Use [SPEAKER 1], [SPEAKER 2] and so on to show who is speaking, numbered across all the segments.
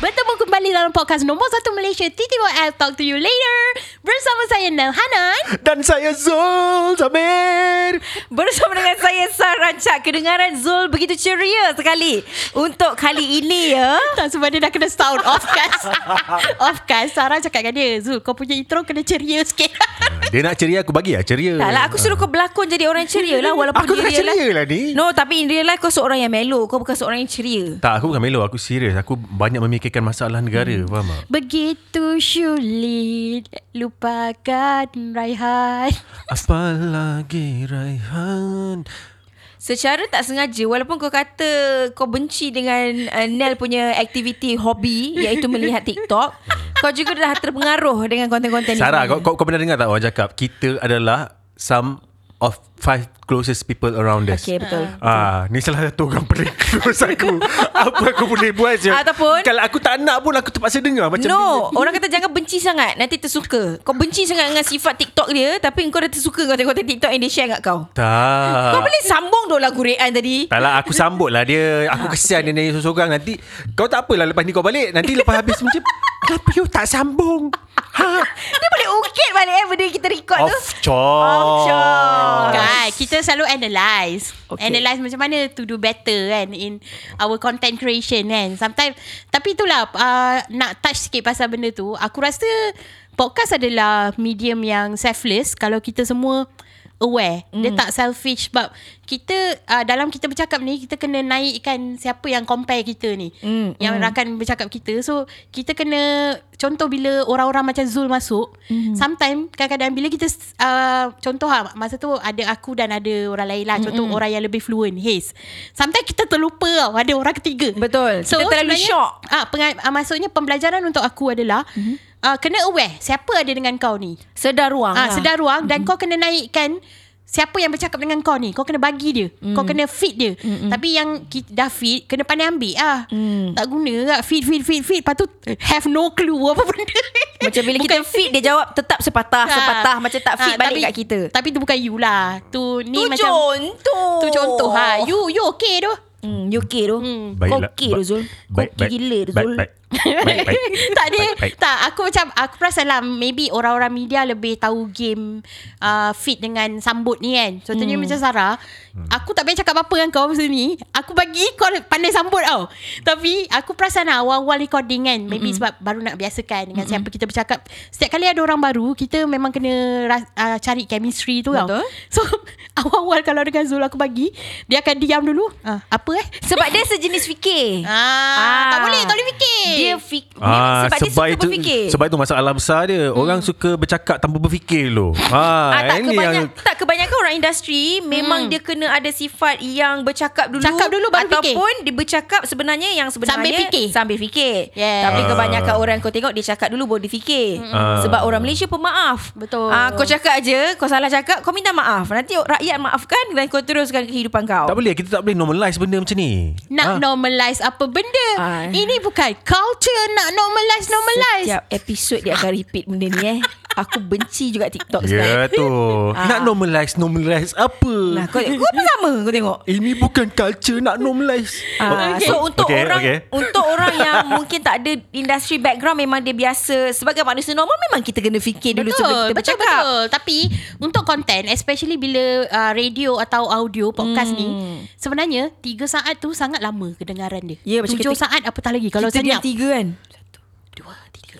[SPEAKER 1] Bertemu kembali dalam podcast nombor 1 Malaysia TTYL Talk to you later Bersama saya Nel Hanan
[SPEAKER 2] Dan saya Zul Zamir
[SPEAKER 3] Bersama dengan saya Sarah Chak Kedengaran Zul begitu ceria sekali Untuk kali ini ya
[SPEAKER 1] Tak sebab dia dah kena sound off cast Off cast Sarah cakap dengan dia Zul kau punya intro kena ceria sikit
[SPEAKER 4] Ah,
[SPEAKER 2] Dia nak ceria aku bagi lah ceria
[SPEAKER 3] Tak lah aku suruh kau berlakon jadi orang ceria lah
[SPEAKER 4] Ah,
[SPEAKER 3] Walaupun
[SPEAKER 2] Aku
[SPEAKER 3] in
[SPEAKER 2] tak
[SPEAKER 3] real
[SPEAKER 2] ceria
[SPEAKER 3] life-
[SPEAKER 2] lah ni.
[SPEAKER 3] No tapi in real life kau seorang yang melo Kau bukan seorang yang ceria
[SPEAKER 4] Tak, aku bukan melo. Aku serius. Aku banyak memikirkan masalah negara. Hmm. Faham tak?
[SPEAKER 1] Begitu sulit Lupakan Raihan
[SPEAKER 4] Apalagi Raihan.
[SPEAKER 3] Secara tak sengaja Walaupun kau kata Kau benci dengan uh, Nel punya aktiviti hobi Iaitu melihat TikTok Kau juga dah terpengaruh Dengan konten-konten ni
[SPEAKER 4] Sarah, kau, kau, kau pernah dengar tak orang cakap? Kita adalah some of five closest people around us.
[SPEAKER 3] Okay betul
[SPEAKER 4] Ah, ni salah satu orang paling close aku. Apa aku boleh buat je.
[SPEAKER 3] Ataupun-
[SPEAKER 4] Kalau aku tak nak pun aku terpaksa dengar macam
[SPEAKER 3] no, orang kata jangan benci sangat Nanti tersuka Kau benci sangat dengan sifat TikTok dia Tapi kau dah tersuka konten-konten TikTok yang dia share kat kau
[SPEAKER 4] Tak.
[SPEAKER 2] Ah.
[SPEAKER 3] Kau boleh sambung dulu lagu Rehan tadi
[SPEAKER 4] Tak lah, aku sambut lah dia.
[SPEAKER 3] Ah,
[SPEAKER 4] Aku kesian dia nyanyi seorang-seorang. Nanti, kau tak apalah lepas ni kau balik. Nanti lepas habis macam, kenapa you tak sambung? Ha?
[SPEAKER 3] Dia boleh ukit balik eh Benda yang kita record tu
[SPEAKER 4] Off chore.
[SPEAKER 3] Off chore.
[SPEAKER 1] Kan Kita selalu analyse okay.
[SPEAKER 3] Okay.
[SPEAKER 1] Analyse macam mana To do better kan In our content creation kan Sometimes Tapi itulah uh, Nak touch sikit pasal benda tu Aku rasa Podcast adalah Medium yang selfless Kalau kita semua Aware mm. Dia tak selfish Sebab Kita uh, Dalam kita bercakap ni Kita kena naikkan Siapa yang compare kita ni
[SPEAKER 3] Hmm,
[SPEAKER 1] mm. Yang mm. akan bercakap kita So Kita kena Contoh bila Orang-orang macam Zul masuk
[SPEAKER 3] Hmm.
[SPEAKER 1] mm. Sometimes Kadang-kadang bila kita uh, Contoh lah Masa tu ada aku Dan ada orang lain lah Contoh
[SPEAKER 3] Hmm,
[SPEAKER 1] mm. orang yang lebih fluent Haze Sometimes kita terlupa tau Ada orang ketiga
[SPEAKER 3] Betul. Kita terlalu
[SPEAKER 1] sebenarnya-
[SPEAKER 3] shock. Hmm.
[SPEAKER 1] Ah, penga- ah, Maksudnya pembelajaran untuk aku adalah mm-hmm. ah, Kena aware Siapa ada dengan kau ni
[SPEAKER 3] Sedar ruang
[SPEAKER 1] ah,
[SPEAKER 3] lah.
[SPEAKER 1] Sedar ruang Dan kau kena naikkan Siapa yang bercakap dengan kau ni Kau kena bagi dia mm. Kau kena feed dia mm Tapi yang ki- dah feed Kena pandai ambil lah mm. Tak guna lah Feed, feed, feed, feed Lepas tu eh, Have no clue Apa benda
[SPEAKER 3] Macam bila kita
[SPEAKER 1] Bukan
[SPEAKER 3] fit Dia jawab tetap
[SPEAKER 1] Ah.
[SPEAKER 3] sepatah Sepatah Macam tak
[SPEAKER 1] Ah,
[SPEAKER 3] fit balik
[SPEAKER 1] tapi-
[SPEAKER 3] kat kita
[SPEAKER 1] Tapi tu bukan you lah Tu ni
[SPEAKER 3] Tu
[SPEAKER 1] macam
[SPEAKER 3] contoh
[SPEAKER 1] Tu contoh
[SPEAKER 3] Oh.
[SPEAKER 1] ha. You you okay tu
[SPEAKER 3] hmm, You okay tu hmm. Kau
[SPEAKER 4] Baiklah.
[SPEAKER 3] okay tu Zul Kau
[SPEAKER 4] Baik,
[SPEAKER 3] okay
[SPEAKER 4] baik.
[SPEAKER 3] gila tu
[SPEAKER 4] Baik,
[SPEAKER 3] Zul
[SPEAKER 4] baik. Baik, baik.
[SPEAKER 1] tak ada
[SPEAKER 4] Baik, baik.
[SPEAKER 1] tak aku macam aku perasan lah maybe orang-orang media lebih tahu game uh, fit dengan sambut ni kan contohnya hmm. macam Sarah aku tak payah cakap apa-apa dengan kau pasal ni aku bagi kau pandai sambut tau tapi aku perasan lah awal-awal recording
[SPEAKER 4] Hmm.
[SPEAKER 1] kan maybe mm sebab baru nak biasakan dengan mm siapa kita bercakap setiap kali ada orang baru kita memang kena ras- uh, cari chemistry tu tau
[SPEAKER 3] Betul.
[SPEAKER 1] so awal-awal kalau dengan Zul aku bagi dia akan diam dulu ah, apa eh
[SPEAKER 3] Sebab dia sejenis fikir
[SPEAKER 1] Ah, tak boleh, tak boleh fikir.
[SPEAKER 3] Dia fik-
[SPEAKER 4] Ah,
[SPEAKER 3] Sebab dia suka
[SPEAKER 4] itu,
[SPEAKER 3] berfikir Hmm.
[SPEAKER 4] Sebab itu masalah besar dia. Orang suka bercakap tanpa berfikir lo.
[SPEAKER 3] Ah,
[SPEAKER 4] Ah,
[SPEAKER 3] tak,
[SPEAKER 4] ini
[SPEAKER 3] kebanyak,
[SPEAKER 4] yang
[SPEAKER 3] tak kebanyakan orang industri Memang dia kena ada sifat Yang bercakap dulu
[SPEAKER 1] Cakap dulu baru fikir.
[SPEAKER 3] Ataupun dia bercakap sebenarnya Yang sebenarnya
[SPEAKER 1] Sambil fikir.
[SPEAKER 3] Sambil fikir
[SPEAKER 1] Yes.
[SPEAKER 3] Tapi
[SPEAKER 4] Ah.
[SPEAKER 3] kebanyakan orang kau tengok Dia cakap dulu baru dia fikir
[SPEAKER 4] Ah.
[SPEAKER 3] Sebab orang Malaysia pemaaf
[SPEAKER 1] Betul.
[SPEAKER 3] Ah, Kau cakap je Kau salah cakap Kau minta maaf Nanti rakyat maafkan Dan kau teruskan kehidupan kau
[SPEAKER 4] tak boleh kita tak boleh normalize benda macam ni. Ah.
[SPEAKER 1] Nak normalize apa benda
[SPEAKER 3] Ah.
[SPEAKER 1] Ini bukan culture Nak normalize Normalize
[SPEAKER 3] Setiap episod dia akan repeat benda ni eh Aku benci juga TikTok
[SPEAKER 4] Ya
[SPEAKER 3] sekarang
[SPEAKER 4] tu.
[SPEAKER 3] Ah.
[SPEAKER 4] Nak normalize normalize
[SPEAKER 3] Nah,
[SPEAKER 4] apa?
[SPEAKER 3] kau, kau pun sama kau tengok
[SPEAKER 4] Ini bukan culture nak normalize.
[SPEAKER 3] Ah,
[SPEAKER 1] Okay.
[SPEAKER 3] okay. So untuk
[SPEAKER 4] Okay,
[SPEAKER 3] okay, orang
[SPEAKER 4] okay.
[SPEAKER 3] okay. untuk orang yang mungkin tak ada industri background memang dia biasa sebagai manusia normal memang kita kena fikir dulu sebelum
[SPEAKER 1] betul,
[SPEAKER 3] kita bercakap.
[SPEAKER 1] Betul, Tapi untuk content especially bila uh, radio atau audio podcast hmm. ni sebenarnya 3 saat tu sangat lama kedengaran dia.
[SPEAKER 3] Ya, macam
[SPEAKER 1] 7
[SPEAKER 3] kita-
[SPEAKER 1] saat apatah lagi kalau
[SPEAKER 3] Kalau kita
[SPEAKER 1] senyap.
[SPEAKER 3] diam tiga kan.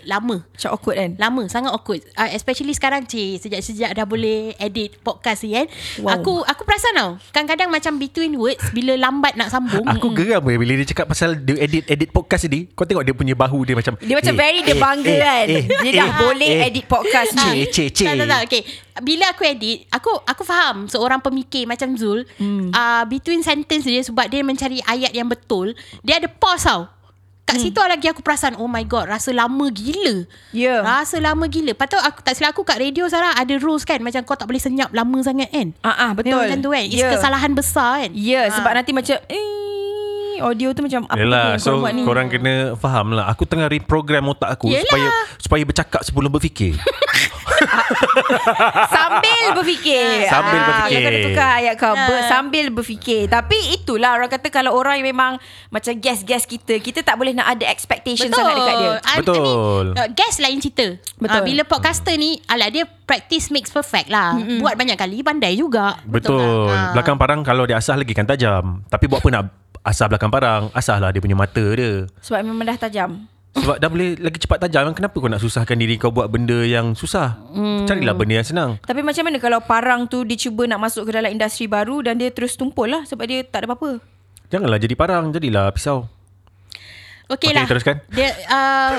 [SPEAKER 1] Lama.
[SPEAKER 3] Macam awkward kan.
[SPEAKER 1] Lama sangat awkward uh, Especially sekarang Cik Sejak-sejak dah boleh Edit podcast ni kan wow.
[SPEAKER 3] Wow.
[SPEAKER 1] Aku aku perasan tau Kadang-kadang macam Between words Bila lambat nak sambung
[SPEAKER 3] Mm.
[SPEAKER 4] Aku geram eh bila dia cakap pasal dia edit edit podcast ni. Kau tengok dia punya bahu dia macam
[SPEAKER 3] Dia macam
[SPEAKER 4] eh,
[SPEAKER 3] very dia
[SPEAKER 4] eh,
[SPEAKER 3] bangga
[SPEAKER 4] eh,
[SPEAKER 3] kan.
[SPEAKER 4] eh,
[SPEAKER 3] Dia
[SPEAKER 4] eh,
[SPEAKER 3] dah
[SPEAKER 4] eh,
[SPEAKER 3] boleh
[SPEAKER 4] eh.
[SPEAKER 3] edit Ah. podcast
[SPEAKER 4] Cik,
[SPEAKER 3] ni.
[SPEAKER 4] cik, cik.
[SPEAKER 1] Tak, tak, tak. Okay. Bila aku edit, aku aku faham seorang pemikir macam Zul, hmm. uh, between sentence dia sebab dia mencari ayat yang betul, dia ada pause tau. Kat hmm. situ lagi aku perasan, oh my god, rasa lama gila.
[SPEAKER 3] Ya.
[SPEAKER 1] Rasa lama gila. Patut aku tak silap aku kat radio Sarah ada rules kan, macam kau tak boleh senyap lama sangat kan.
[SPEAKER 3] Ah ah betul.
[SPEAKER 1] Memang macam tu kan. It's
[SPEAKER 3] Ya.
[SPEAKER 1] kesalahan besar kan.
[SPEAKER 3] Ya, sebab nanti macam eh audio tu macam apa
[SPEAKER 4] Yelah
[SPEAKER 3] ni yang
[SPEAKER 4] So
[SPEAKER 3] kau buat ni?
[SPEAKER 4] korang kena faham lah Aku tengah reprogram otak aku
[SPEAKER 1] Yelah.
[SPEAKER 4] Supaya supaya bercakap sebelum berfikir
[SPEAKER 3] sambil berfikir.
[SPEAKER 4] Sambil
[SPEAKER 3] Ah,
[SPEAKER 4] berfikir.
[SPEAKER 3] Yang kena tukar ayat kau. Ber,
[SPEAKER 1] Ah.
[SPEAKER 3] sambil berfikir. Tapi itulah orang kata kalau orang yang memang macam guest-guest kita, kita tak boleh nak ada expectation
[SPEAKER 1] Betul.
[SPEAKER 3] sangat dekat dia.
[SPEAKER 1] I, I
[SPEAKER 4] Betul.
[SPEAKER 1] mean, uh, guest lain cerita.
[SPEAKER 3] Betul.
[SPEAKER 1] Ah, bila podcaster ni, alah dia practice makes perfect lah. Mm-mm. Buat banyak kali pandai juga.
[SPEAKER 4] Betul.
[SPEAKER 1] Ah.
[SPEAKER 4] Belakang parang kalau dia asah lagi kan tajam. Tapi buat apa nak asah belakang parang? Asahlah dia punya mata dia.
[SPEAKER 3] Sebab memang dah tajam.
[SPEAKER 4] Sebab dah boleh lagi cepat tajam. Kenapa kau nak susahkan diri kau buat benda yang susah?
[SPEAKER 3] Hmm.
[SPEAKER 4] Carilah benda yang senang.
[SPEAKER 3] Tapi macam mana kalau parang tu dia cuba nak masuk ke dalam industri baru dan dia terus tumpul lah sebab dia tak ada apa-apa.
[SPEAKER 4] Janganlah jadi parang, jadilah pisau.
[SPEAKER 1] Okey
[SPEAKER 4] Okey,
[SPEAKER 1] lah.
[SPEAKER 4] teruskan.
[SPEAKER 1] Dia, uh,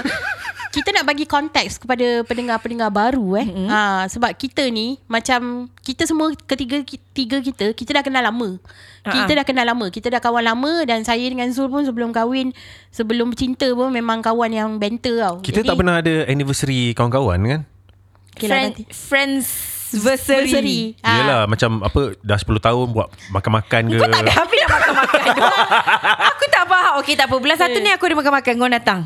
[SPEAKER 1] kita nak bagi konteks kepada pendengar-pendengar baru eh. Mm-hmm. Ha, sebab kita ni macam kita semua ketiga ki- tiga kita kita dah kenal lama. Kita
[SPEAKER 3] Ha-ha.
[SPEAKER 1] dah kenal lama. Kita dah kawan lama dan saya dengan Zul pun sebelum kahwin, sebelum bercinta pun memang kawan yang banter tau.
[SPEAKER 4] Kita Jadi, tak pernah ada anniversary kawan-kawan kan?
[SPEAKER 1] okay lah,
[SPEAKER 3] Friend,
[SPEAKER 1] nanti.
[SPEAKER 3] friends versary.
[SPEAKER 1] Ah.
[SPEAKER 4] Yelah macam apa dah 10 tahun buat makan-makan ke.
[SPEAKER 3] Kau tak ada habis nak makan-makan Aku tak faham Okey tak apa Bulan satu ni aku ada makan-makan Kau datang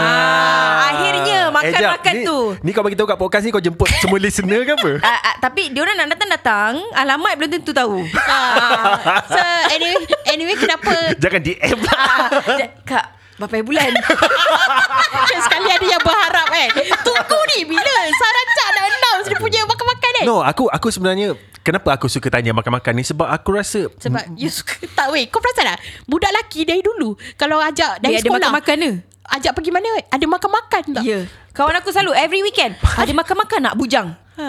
[SPEAKER 3] Ah, akhirnya makan-makan
[SPEAKER 4] Eh, ni,
[SPEAKER 3] tu.
[SPEAKER 4] Ni kau bagi tahu kat podcast ni kau jemput semua listener ke apa?
[SPEAKER 3] Ah, ah, tapi dia orang nak datang-datang Alamat belum tentu tahu
[SPEAKER 1] Ah. so anyway, anyway kenapa
[SPEAKER 4] Jangan DM lah.
[SPEAKER 3] Ah, ah, Kak Berapa bulan
[SPEAKER 1] macam sekali ada yang berharap kan Tunggu ni bila Sarajak nak announce dia punya makan-makan kan
[SPEAKER 4] No, aku aku sebenarnya kenapa aku suka tanya makan-makan ni sebab aku rasa
[SPEAKER 1] Sebab you suka Tak weh Kau perasan tak Budak lelaki dari dulu Kalau ajak dari
[SPEAKER 3] Dia ada
[SPEAKER 1] sekolah
[SPEAKER 3] makan-makan ke?
[SPEAKER 1] Ajak pergi mana weh? Ada makan-makan tak
[SPEAKER 3] Ya yeah. Kawan aku selalu Every weekend Ada makan-makan nak bujang ha.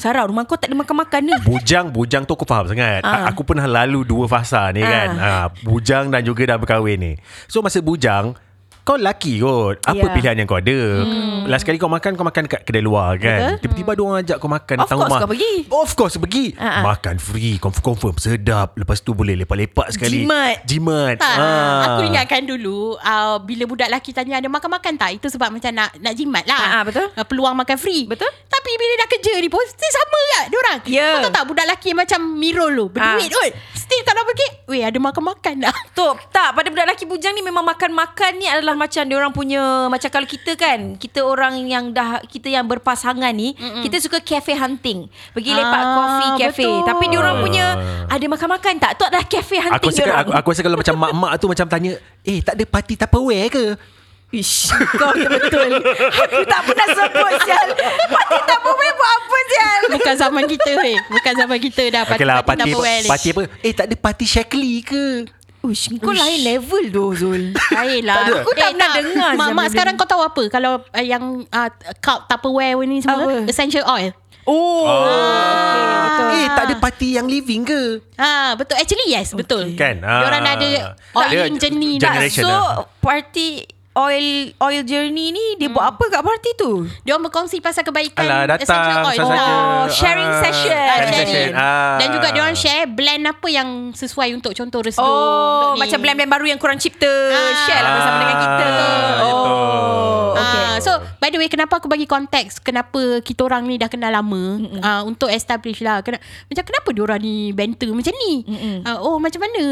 [SPEAKER 3] Sarah rumah kau tak ada makan-makan ni
[SPEAKER 4] bujang bujang tu aku faham sangat.
[SPEAKER 3] Ah.
[SPEAKER 4] Aku pernah lalu dua fasa ni
[SPEAKER 3] Ah.
[SPEAKER 4] kan. Ah, bujang dan juga dah berkahwin ni. So masa bujang kau lelaki kot Apa
[SPEAKER 3] Ya.
[SPEAKER 4] yeah. pilihan yang kau ada hmm. Last kali kau makan Kau makan dekat kedai luar kan Betul? Tiba-tiba dia orang ajak kau makan
[SPEAKER 3] Of
[SPEAKER 4] datang
[SPEAKER 3] course
[SPEAKER 4] rumah.
[SPEAKER 3] kau pergi.
[SPEAKER 4] Of course pergi
[SPEAKER 3] Ah, ah.
[SPEAKER 4] Makan free Confirm-confirm Sedap Lepas tu boleh lepak-lepak sekali
[SPEAKER 3] Jimat. Ha,
[SPEAKER 4] Jimat
[SPEAKER 1] tak,
[SPEAKER 4] Ah.
[SPEAKER 1] Aku ingatkan dulu uh, Bila budak lelaki tanya Ada makan-makan tak Itu sebab macam nak Nak jimat lah
[SPEAKER 3] Ah, ah, betul.
[SPEAKER 1] uh, Peluang makan free
[SPEAKER 3] Betul.
[SPEAKER 1] Tapi bila dah kerja ni pun Still sama kan Diorang
[SPEAKER 3] Ya.
[SPEAKER 1] Kau tahu tak Budak lelaki yang macam Mirul tu Berduit
[SPEAKER 3] Ah.
[SPEAKER 1] kot Still kalau pergi Weh ada makan-makan tak
[SPEAKER 3] Tok, tak pada budak lelaki bujang ni memang makan-makan ni adalah macam dia orang punya macam kalau kita kan, kita orang yang dah kita yang berpasangan ni, Mm-mm. kita suka cafe hunting. Pergi lepak
[SPEAKER 1] Ah,
[SPEAKER 3] kopi cafe.
[SPEAKER 1] betul.
[SPEAKER 3] Tapi dia orang punya ada makan-makan tak? Tu adalah cafe
[SPEAKER 4] Aku
[SPEAKER 3] hunting
[SPEAKER 4] rasa,
[SPEAKER 3] dia orang.
[SPEAKER 4] aku, aku rasa kalau macam mak-mak tu Macam tanya Eh tak ada parti Tupperware ke
[SPEAKER 3] Ish, kau tu betul. aku tak pernah sebut sial. Pati tak boleh buat apa sial.
[SPEAKER 1] Bukan zaman kita weh Bukan zaman kita dah
[SPEAKER 4] Okey lah parti,
[SPEAKER 1] Tupperware
[SPEAKER 4] parti,
[SPEAKER 1] ni.
[SPEAKER 4] apa Eh tak ada parti Shaklee ke
[SPEAKER 3] Ush, kau lain level tu Zul.
[SPEAKER 1] Lain lah
[SPEAKER 4] Tak ada?
[SPEAKER 3] Aku tak pernah Eh, dengar siapa
[SPEAKER 1] Mak-mak
[SPEAKER 3] benda
[SPEAKER 1] sekarang
[SPEAKER 3] ni.
[SPEAKER 1] kau tahu apa Kalau uh, yang uh, Cup Tupperware ni semua
[SPEAKER 3] Apa?
[SPEAKER 1] Essential oil
[SPEAKER 3] Oh.
[SPEAKER 1] betul.
[SPEAKER 4] Eh tak ada parti yang living ke
[SPEAKER 1] Ah betul actually yes betul.
[SPEAKER 4] Kan, ah.
[SPEAKER 1] Diorang dah ada oiling
[SPEAKER 4] Dia-
[SPEAKER 1] journey
[SPEAKER 4] jangan-
[SPEAKER 1] dah.
[SPEAKER 4] Generation
[SPEAKER 3] so,
[SPEAKER 4] lah.
[SPEAKER 3] party oil oil journey ni dia buat apa kat party tu?
[SPEAKER 1] Dia orang berkongsi pasal kebaikan
[SPEAKER 4] Kan, Alah datang
[SPEAKER 1] essential oil.
[SPEAKER 4] saja.
[SPEAKER 3] Kan, Oh, sharing
[SPEAKER 4] Ah,
[SPEAKER 3] session.
[SPEAKER 1] Ah,
[SPEAKER 4] Sharing
[SPEAKER 1] sharing.
[SPEAKER 4] session
[SPEAKER 1] Dan juga
[SPEAKER 4] Ah.
[SPEAKER 1] dia orang share blend apa yang sesuai untuk contoh restu.
[SPEAKER 3] Oh,
[SPEAKER 1] untuk ni.
[SPEAKER 3] macam blend-blend baru yang korang cipta
[SPEAKER 1] Ah.
[SPEAKER 3] Share lah bersama dengan kita
[SPEAKER 4] Ah,
[SPEAKER 3] Oh,
[SPEAKER 4] betul.
[SPEAKER 3] okay.
[SPEAKER 1] Ah, so by the way kenapa aku bagi konteks kenapa kita orang ni dah kenal lama uh, untuk establish lah Kena, macam kenapa dia orang ni banter macam ni uh, oh macam mana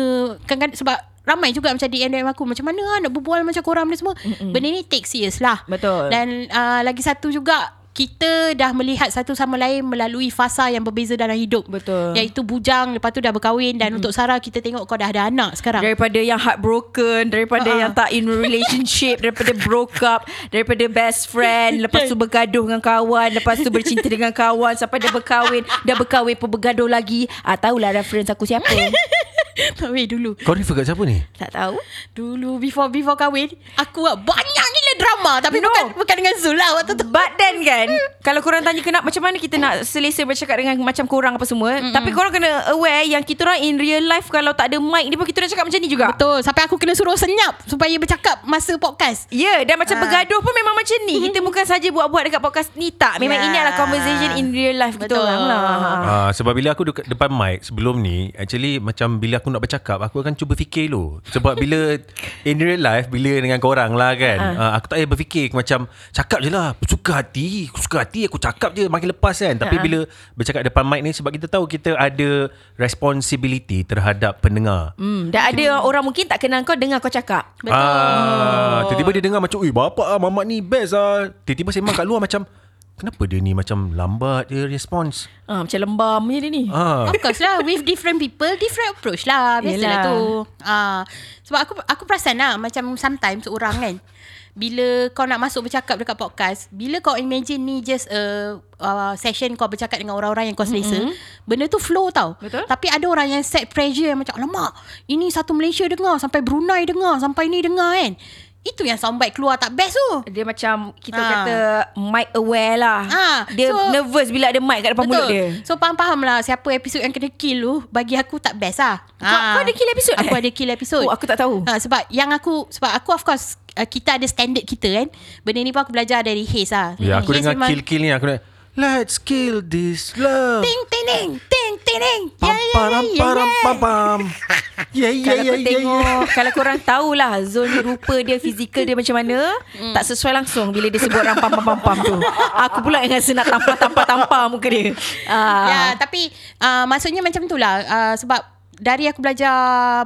[SPEAKER 1] kan sebab ramai juga macam DM DM aku macam mana lah nak berbual macam korang ni semua Mm-mm. benda ni take serious lah
[SPEAKER 3] Betul.
[SPEAKER 1] dan uh, lagi satu juga kita dah melihat satu sama lain melalui fasa yang berbeza dalam hidup
[SPEAKER 3] Betul.
[SPEAKER 1] iaitu bujang lepas tu dah berkahwin dan untuk Sarah kita tengok kau dah ada anak sekarang
[SPEAKER 3] Daripada yang heartbroken Daripada
[SPEAKER 1] Ah.
[SPEAKER 3] yang tak in relationship Daripada broke up Daripada best friend Lepas tu bergaduh dengan kawan Lepas tu bercinta dengan kawan Sampai dah berkahwin Dah berkahwin pun bergaduh lagi ah, Tahulah reference aku siapa
[SPEAKER 1] tak weh dulu
[SPEAKER 4] Kau refer kat siapa ni
[SPEAKER 3] Tak tahu
[SPEAKER 1] Dulu before before kahwin Aku buat banyak gila drama Tapi
[SPEAKER 3] No.
[SPEAKER 1] no. bukan bukan dengan Zul lah waktu tu
[SPEAKER 3] But then kan Kalau korang tanya kenapa Macam mana kita nak Selesa bercakap dengan Macam korang apa semua mm-hmm. Tapi korang kena aware Yang kita orang in real life Kalau tak ada mic ni pun Kita orang cakap macam ni juga
[SPEAKER 1] Betul Sampai aku kena suruh senyap Supaya bercakap masa podcast
[SPEAKER 3] Ya yeah, dan
[SPEAKER 1] Ah.
[SPEAKER 3] macam
[SPEAKER 1] Mm-hmm.
[SPEAKER 3] bergaduh pun memang macam ni Kita bukan saja buat-buat dekat podcast ni Tak memang
[SPEAKER 1] Ya.
[SPEAKER 3] ini adalah conversation in real life kita
[SPEAKER 1] Betul.
[SPEAKER 3] orang lah
[SPEAKER 4] Ah, sebab bila aku dekat depan mic sebelum ni actually macam bila aku nak bercakap aku akan cuba fikir dulu sebab bila in real life bila dengan korang lah kan ah, aku tak payah berfikir Aku macam cakap je lah suka hati aku suka hati aku cakap je makin lepas kan tapi bila bercakap depan mic ni sebab kita tahu kita ada responsibility terhadap pendengar
[SPEAKER 3] hmm, Dan ada orang mungkin tak kenal kau Dengar kau cakap
[SPEAKER 1] Betul.
[SPEAKER 4] Ah, tiba-tiba dia dengar macam, "Ui, bapak ah mamak ni best ah." Tiba-tiba sembang kat luar macam, Kenapa dia ni macam lambat dia response?
[SPEAKER 3] Ah, macam lembam je dia ni.
[SPEAKER 4] Ah.
[SPEAKER 1] Of course lah With different people Different approach lah Biasalah
[SPEAKER 3] Yelah.
[SPEAKER 1] tu ah, Sebab aku aku perasan lah Macam sometimes orang kan Bila kau nak masuk bercakap Dekat podcast Bila kau imagine ni Just a uh, Session kau bercakap Dengan orang-orang yang kau selesa mm-hmm. Benda tu flow tau
[SPEAKER 3] Betul.
[SPEAKER 1] Tapi ada orang yang set pressure Yang macam Alamak Ini satu Malaysia dengar Sampai Brunei dengar Sampai ni dengar kan Itu yang soundbite keluar tak best tu
[SPEAKER 3] Dia macam kita
[SPEAKER 1] Ah.
[SPEAKER 3] kata mic aware lah.
[SPEAKER 1] Ah,
[SPEAKER 3] Dia
[SPEAKER 1] so-
[SPEAKER 3] nervous bila ada mic kat depan mulut dia.
[SPEAKER 1] So faham-faham lah Siapa episod yang kena kill tu Bagi aku tak best lah
[SPEAKER 3] Kau- kau ada kill episod
[SPEAKER 1] Aku
[SPEAKER 3] eh?
[SPEAKER 1] ada kill episod
[SPEAKER 3] Oh, aku tak tahu.
[SPEAKER 1] ha, Sebab yang aku Sebab aku of course uh, Kita ada standard kita kan Benda ni pun aku belajar dari Haze lah
[SPEAKER 4] Ya, aku
[SPEAKER 1] Haze
[SPEAKER 4] dengar
[SPEAKER 1] memang-
[SPEAKER 4] kill-kill ni aku nak Let's kill this love.
[SPEAKER 1] Ting ting ting Ting ting ting Ya
[SPEAKER 4] Pam
[SPEAKER 1] ya
[SPEAKER 4] param
[SPEAKER 1] ya
[SPEAKER 4] param
[SPEAKER 1] ya.
[SPEAKER 4] pam pam. Ya, Yeah yeah yeah
[SPEAKER 3] Kalau kau
[SPEAKER 4] yeah.
[SPEAKER 3] tengok
[SPEAKER 4] yeah.
[SPEAKER 3] Kalau korang tahulah Zon ni rupa dia Fizikal dia macam mana
[SPEAKER 1] Mm.
[SPEAKER 3] Tak sesuai langsung Bila dia sebut orang pam-pam-pam tu Aku pula yang rasa nak tampar-tampar-tampar Muka dia
[SPEAKER 1] Ya
[SPEAKER 3] ah.
[SPEAKER 1] tapi uh, Maksudnya macam tu lah uh, Sebab dari aku belajar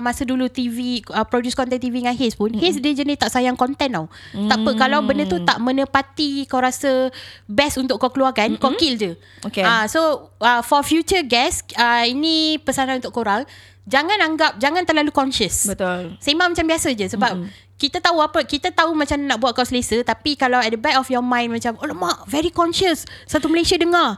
[SPEAKER 1] masa dulu TV uh, produce content TV dengan Haze pun Haze
[SPEAKER 3] Mm.
[SPEAKER 1] dia jenis tak sayang content tau mm. tak apa kalau benda tu tak menepati kau rasa best untuk kau keluarkan mm-hmm. kau kill je
[SPEAKER 3] Okay.
[SPEAKER 1] Ah, so uh, for future guests uh, ini pesanan untuk korang jangan anggap jangan terlalu conscious
[SPEAKER 3] Betul.
[SPEAKER 1] Sembang macam biasa je sebab mm-hmm. kita tahu apa kita tahu macam nak buat kau selesa tapi kalau at the back of your mind macam oh mak very conscious satu Malaysia dengar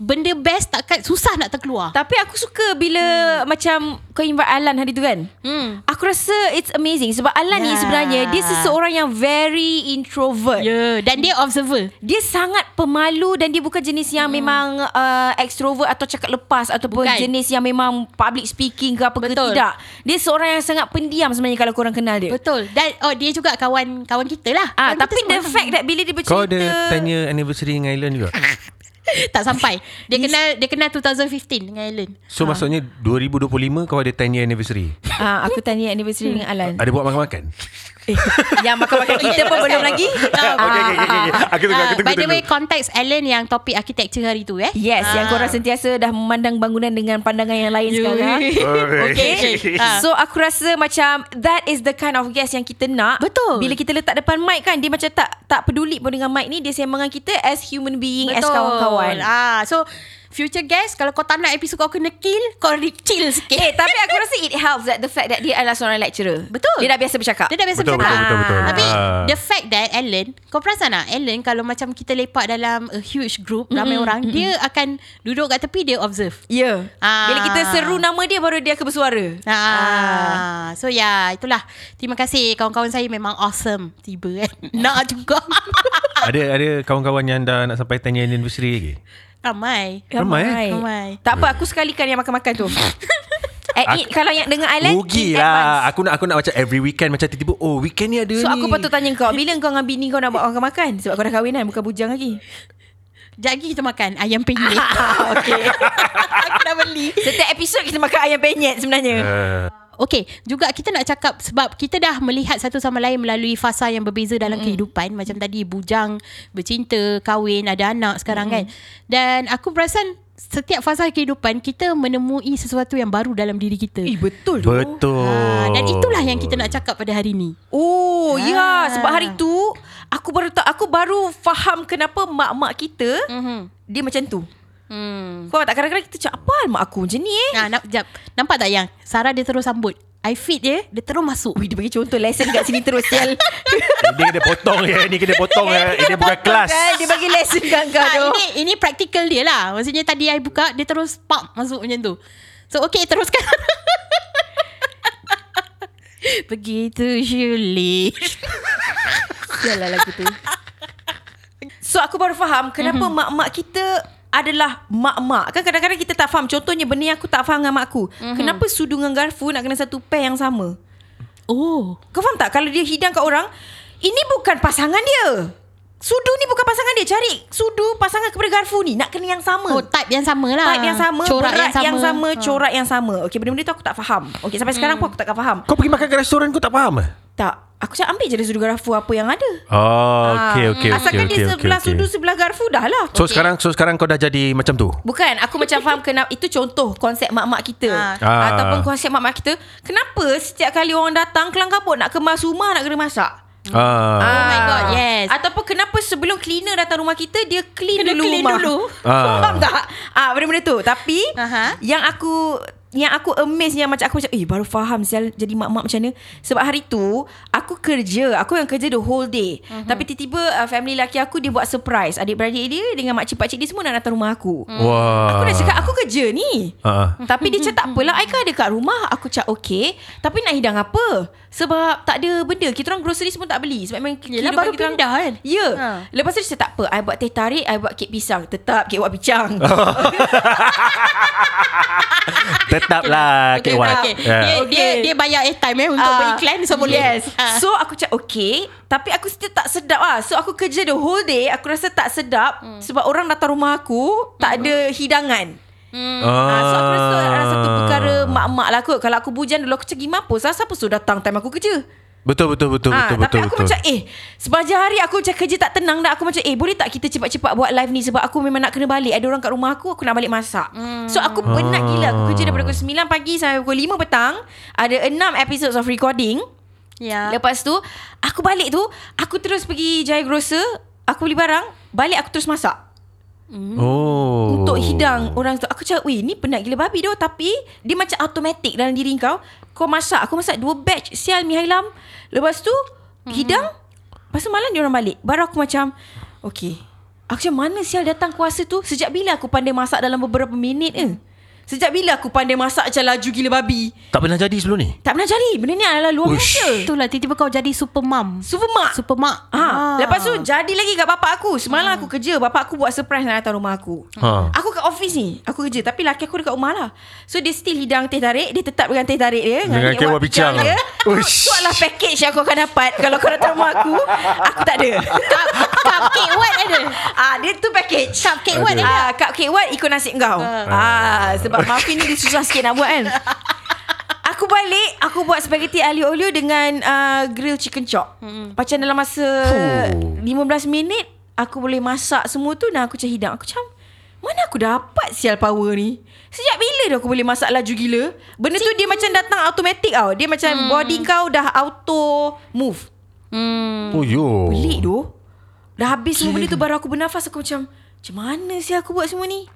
[SPEAKER 1] benda best takkan susah nak terkeluar.
[SPEAKER 3] Tapi aku suka bila Macam Kau invite Alan hari tu kan
[SPEAKER 1] Hmm.
[SPEAKER 3] Aku rasa it's amazing Sebab Alan ni
[SPEAKER 1] Ya.
[SPEAKER 3] sebenarnya Dia seseorang yang very introvert
[SPEAKER 1] Ya yeah. dan dia observer.
[SPEAKER 3] Dia sangat pemalu dan dia bukan jenis yang hmm. memang uh, extrovert atau cakap lepas ataupun bukan.
[SPEAKER 1] Bukan.
[SPEAKER 3] jenis yang memang public speaking ke apa
[SPEAKER 1] Betul.
[SPEAKER 3] ke tidak. Dia seorang yang sangat pendiam sebenarnya kalau korang kenal dia.
[SPEAKER 1] Betul. Dan oh dia juga kawan kawan kita lah.
[SPEAKER 3] Ah,
[SPEAKER 1] Kawan
[SPEAKER 3] tapi
[SPEAKER 1] kita
[SPEAKER 3] the
[SPEAKER 1] semua.
[SPEAKER 3] fact that bila dia bercerita
[SPEAKER 4] Kau ada tanya anniversary dengan Island juga?
[SPEAKER 1] kan. tak sampai. Dia kenal dia kenal 2015 dengan Ellen.
[SPEAKER 4] So ha. maksudnya 2025 kau ada 10 year anniversary.
[SPEAKER 3] Ah, aku tanya anniversary dengan Alan.
[SPEAKER 4] Ada buat makan-makan?
[SPEAKER 3] Eh, yang makan-makan Oh, kita pun belum lagi.
[SPEAKER 1] Ah,
[SPEAKER 2] Okay, okay, okay, okay. Aku tunggu, aku
[SPEAKER 1] Ah,
[SPEAKER 2] tunggu,
[SPEAKER 1] by the
[SPEAKER 2] tunggu.
[SPEAKER 1] way context Ellen yang topik architecture hari tu eh.
[SPEAKER 3] Yes, yang korang sentiasa dah memandang bangunan dengan pandangan yang lain
[SPEAKER 1] You-
[SPEAKER 3] sekarang. Okay.
[SPEAKER 1] Okay. Ah.
[SPEAKER 3] So aku rasa macam that is the kind of guest yang kita nak.
[SPEAKER 1] Betul.
[SPEAKER 3] Bila kita letak depan mic kan dia macam tak tak peduli pun dengan mic ni dia sembang dengan kita as human being as kawan-kawan.
[SPEAKER 1] Ah, so future guest kalau kau tak nak episod kau kena kill, kau re- chill sikit.
[SPEAKER 3] Eh tapi aku rasa it helps that the fact that dia adalah seorang lecturer.
[SPEAKER 1] Betul.
[SPEAKER 3] Dia dah biasa bercakap.
[SPEAKER 1] dia dah biasa
[SPEAKER 4] Betul,
[SPEAKER 1] macam
[SPEAKER 4] betul,
[SPEAKER 1] tu.
[SPEAKER 4] betul, betul.
[SPEAKER 1] Tapi
[SPEAKER 4] Ah.
[SPEAKER 1] the fact that Alan, kau perasan tak Alan kalau macam kita lepak dalam a huge group ramai orang, dia akan duduk kat tepi dia observe.
[SPEAKER 3] Ya. Yeah.
[SPEAKER 1] Ah.
[SPEAKER 3] Bila kita seru nama dia baru dia akan bersuara.
[SPEAKER 1] Ah, so ya yeah, itulah. Terima kasih kawan-kawan saya memang awesome tiba kan. Nak juga.
[SPEAKER 4] Ada ada kawan-kawan yang dah nak sampai 10 year anniversary lagi?
[SPEAKER 1] Ramai.
[SPEAKER 4] Ramai, eh?
[SPEAKER 1] Ramai.
[SPEAKER 3] Tak apa aku sekalikan yang makan-makan tu. Admit kalau yang dengan Alan
[SPEAKER 4] Rugi
[SPEAKER 3] in
[SPEAKER 4] lah.
[SPEAKER 3] advance.
[SPEAKER 4] Aku nak aku nak macam every weekend macam tiba-tiba oh weekend ni ada
[SPEAKER 3] So
[SPEAKER 4] ni.
[SPEAKER 3] aku patut tanya kau Bila kau dengan bini kau nak buat makan-makan Sebab kau dah kahwin kan Bukan bujang lagi
[SPEAKER 1] Sekejap lagi kita makan ayam penyet.
[SPEAKER 3] Ah, okay.
[SPEAKER 1] Aku dah beli.
[SPEAKER 3] Setiap episod kita makan ayam penyet sebenarnya.
[SPEAKER 1] Okay, juga kita nak cakap sebab kita dah melihat satu sama lain melalui fasa yang berbeza dalam mm. kehidupan. Macam tadi bujang, bercinta, kahwin, ada anak sekarang mm. kan. Dan aku perasan setiap fasa kehidupan kita menemui sesuatu yang baru dalam diri kita.
[SPEAKER 3] Eh betul tu.
[SPEAKER 4] Betul.
[SPEAKER 1] Ah, dan itulah yang kita nak cakap pada hari ni.
[SPEAKER 3] Oh
[SPEAKER 1] Ah.
[SPEAKER 3] ya sebab hari tu aku baru tak aku baru faham kenapa mak-mak kita
[SPEAKER 1] Mm-hmm.
[SPEAKER 3] dia macam tu.
[SPEAKER 1] Hmm.
[SPEAKER 3] Kau tak kadang-kadang kita cakap apa mak aku macam ni eh.
[SPEAKER 1] Nah, nak, Ha, jap. Nampak tak yang Sarah dia terus sambut. I feed dia, dia terus masuk.
[SPEAKER 3] Wih dia bagi contoh lesson kat sini terus sial.
[SPEAKER 4] Eh, Dia kena potong ya. Ni kena potong ya. Eh, Dia bukan kelas.
[SPEAKER 3] Kan? Dia bagi lesson kat kau
[SPEAKER 1] Ah,
[SPEAKER 3] tu.
[SPEAKER 1] ini ini praktikal dia lah. Maksudnya tadi I buka, dia terus pop masuk macam tu. So okay, teruskan. Begitu Shirley.
[SPEAKER 3] Sial lah lagu tu. So aku baru faham kenapa
[SPEAKER 1] Mhm.
[SPEAKER 3] mm-hmm. mak-mak kita adalah mak-mak. Kan kadang-kadang kita tak faham. Contohnya benda yang aku tak faham dengan mak aku.
[SPEAKER 1] Mhm.
[SPEAKER 3] Mm-hmm. Kenapa sudu dengan garfu nak kena satu pair yang sama?
[SPEAKER 1] Oh.
[SPEAKER 3] Kau faham tak Kalau dia hidang kat orang Ini bukan pasangan dia Sudu ni bukan pasangan dia Cari sudu pasangan kepada Garfu ni Nak kena yang sama
[SPEAKER 1] Oh, type yang sama lah.
[SPEAKER 3] Type yang sama
[SPEAKER 1] Corak yang sama.
[SPEAKER 3] yang sama
[SPEAKER 1] Ha.
[SPEAKER 3] Corak yang sama Okay benda-benda tu aku tak faham Okay sampai sekarang
[SPEAKER 1] Hmm.
[SPEAKER 3] pun aku takkan faham
[SPEAKER 4] Kau pergi makan ke restoran kau tak faham eh?
[SPEAKER 3] Tak Aku cakap ambil je dia sudu Garfu apa yang ada
[SPEAKER 4] Oh, okay,
[SPEAKER 3] Ah,
[SPEAKER 4] okay, okay,
[SPEAKER 3] Asalkan
[SPEAKER 4] okay,
[SPEAKER 3] dia
[SPEAKER 4] okay,
[SPEAKER 3] sebelah
[SPEAKER 4] okay.
[SPEAKER 3] sudu Sebelah Garfu dah lah
[SPEAKER 4] So sekarang so sekarang kau dah jadi macam tu.
[SPEAKER 3] Bukan Aku macam faham kenapa Itu contoh Konsep mak-mak kita
[SPEAKER 1] Ah.
[SPEAKER 4] Ah.
[SPEAKER 3] Ataupun konsep mak-mak kita Kenapa setiap kali orang datang Kelang kabut Nak kemas rumah Nak kena masak
[SPEAKER 4] Ah.
[SPEAKER 3] Oh
[SPEAKER 1] my God, yes.
[SPEAKER 3] Ataupun kenapa sebelum cleaner datang rumah kita Dia clean
[SPEAKER 1] Kena
[SPEAKER 3] dulu
[SPEAKER 1] clean
[SPEAKER 3] rumah
[SPEAKER 1] dulu.
[SPEAKER 4] Ah.
[SPEAKER 3] Faham tak? Ah, benda-benda tu Tapi
[SPEAKER 1] Aha.
[SPEAKER 3] Yang aku yang aku amaze yang macam aku macam eh baru faham sial jadi mak-mak macam mana sebab hari tu aku kerja aku yang kerja the whole day
[SPEAKER 1] Mhm.
[SPEAKER 3] mm-hmm. tapi tiba-tiba uh, family laki aku dia buat surprise adik-beradik dia dengan makcik pakcik dia semua nak datang rumah aku
[SPEAKER 4] Wah.
[SPEAKER 3] Aku dah cakap aku kerja ni
[SPEAKER 4] Ah.
[SPEAKER 3] Tapi dia cakap tak apalah I kan ada kat rumah Aku cakap okay Tapi nak hidang apa Sebab tak ada benda Kita orang grocery semua tak beli Sebab memang
[SPEAKER 1] Yelah, baru
[SPEAKER 3] kita orang-
[SPEAKER 1] pindah kan?
[SPEAKER 3] Ya yeah.
[SPEAKER 1] Ha.
[SPEAKER 3] Lepas tu dia cakap tak apa I buat teh tarik I buat kek pisang Tetap kek buat picang
[SPEAKER 4] Tetaplah Ya.
[SPEAKER 1] Okay,
[SPEAKER 4] KY.
[SPEAKER 1] okay.
[SPEAKER 4] Lah, Yeah.
[SPEAKER 1] Dia, dia,
[SPEAKER 3] Okay.
[SPEAKER 1] dia bayar airtime eh Untuk
[SPEAKER 3] Ah,
[SPEAKER 1] beriklan So boleh
[SPEAKER 3] Yes
[SPEAKER 1] Ah.
[SPEAKER 3] So aku cakap okay Tapi aku still tak sedap lah So aku kerja the whole day Aku rasa tak sedap
[SPEAKER 1] Hmm.
[SPEAKER 3] Sebab orang datang rumah aku Tak ada hidangan Ah, so aku rasa ada satu perkara mak-mak lah kot. Kalau aku bujan dulu aku cakap gimana pun. Siapa suruh datang time aku kerja?
[SPEAKER 4] Betul betul betul
[SPEAKER 3] Ah,
[SPEAKER 4] betul
[SPEAKER 3] tapi
[SPEAKER 4] betul.
[SPEAKER 3] aku
[SPEAKER 4] betul.
[SPEAKER 3] macam eh sepanjang hari aku macam kerja tak tenang dah aku macam eh boleh tak kita cepat-cepat buat live ni sebab aku memang nak kena balik ada orang kat rumah aku aku nak balik masak so aku penat gila aku kerja daripada
[SPEAKER 4] Ah.
[SPEAKER 3] pukul 9 pagi sampai pukul 5 petang ada 6 episodes of recording
[SPEAKER 1] Ya.
[SPEAKER 3] lepas tu aku balik tu aku terus pergi Jaya Grocer aku beli barang balik aku terus masak
[SPEAKER 4] oh.
[SPEAKER 3] hmm, untuk hidang orang tu aku cakap weh ni penat gila babi doh tapi dia macam automatic dalam diri kau kau masak aku masak dua batch sial mi hailam lepas tu mm-hmm. hidang lepas tu malam dia orang balik baru aku macam okay aku macam mana sial datang kuasa tu sejak bila aku pandai masak dalam beberapa minit eh sejak bila aku pandai masak macam laju gila babi
[SPEAKER 4] tak pernah jadi sebelum ni.
[SPEAKER 3] tak pernah cari benda ni adalah luar biasa
[SPEAKER 1] Itulah tiba-tiba kau jadi super mom.
[SPEAKER 3] Supermak
[SPEAKER 1] Super mak. Ah.
[SPEAKER 3] Ha. Lepas tu jadi lagi kat bapak aku Semalam aku kerja Bapak aku buat surprise nak datang rumah aku
[SPEAKER 4] Ha.
[SPEAKER 3] Aku kat office ni Aku kerja Tapi laki aku dekat rumah lah So dia still hidang teh tarik Dia tetap dengan teh tarik dia
[SPEAKER 4] Dengan kek wak bicang.
[SPEAKER 3] dia
[SPEAKER 4] Uish.
[SPEAKER 3] Tu adalah package yang kau akan dapat Kalau kau datang rumah aku Aku tak ada
[SPEAKER 1] cupcake what ada?
[SPEAKER 3] Ah, Dia tu package
[SPEAKER 1] Cupcake what ada?
[SPEAKER 3] Ah, Cupcake what ikut nasib kau ah, Sebab muffin ni dia susah sikit nak buat kan Aku balik Aku buat spaghetti aglio olio Dengan uh, grill chicken chop mm-hmm. Macam dalam masa
[SPEAKER 4] Fuh.
[SPEAKER 3] 15 minit Aku boleh masak semua tu Dan aku macam hidang Aku macam Mana aku dapat sial power ni Sejak bila dah aku boleh masak laju gila Benda tu dia macam datang automatic tau Dia macam mm. body kau dah auto move
[SPEAKER 4] Oh yo.
[SPEAKER 3] Pelik tu Dah habis semua benda tu Baru aku bernafas Aku macam Macam mana sih aku buat semua ni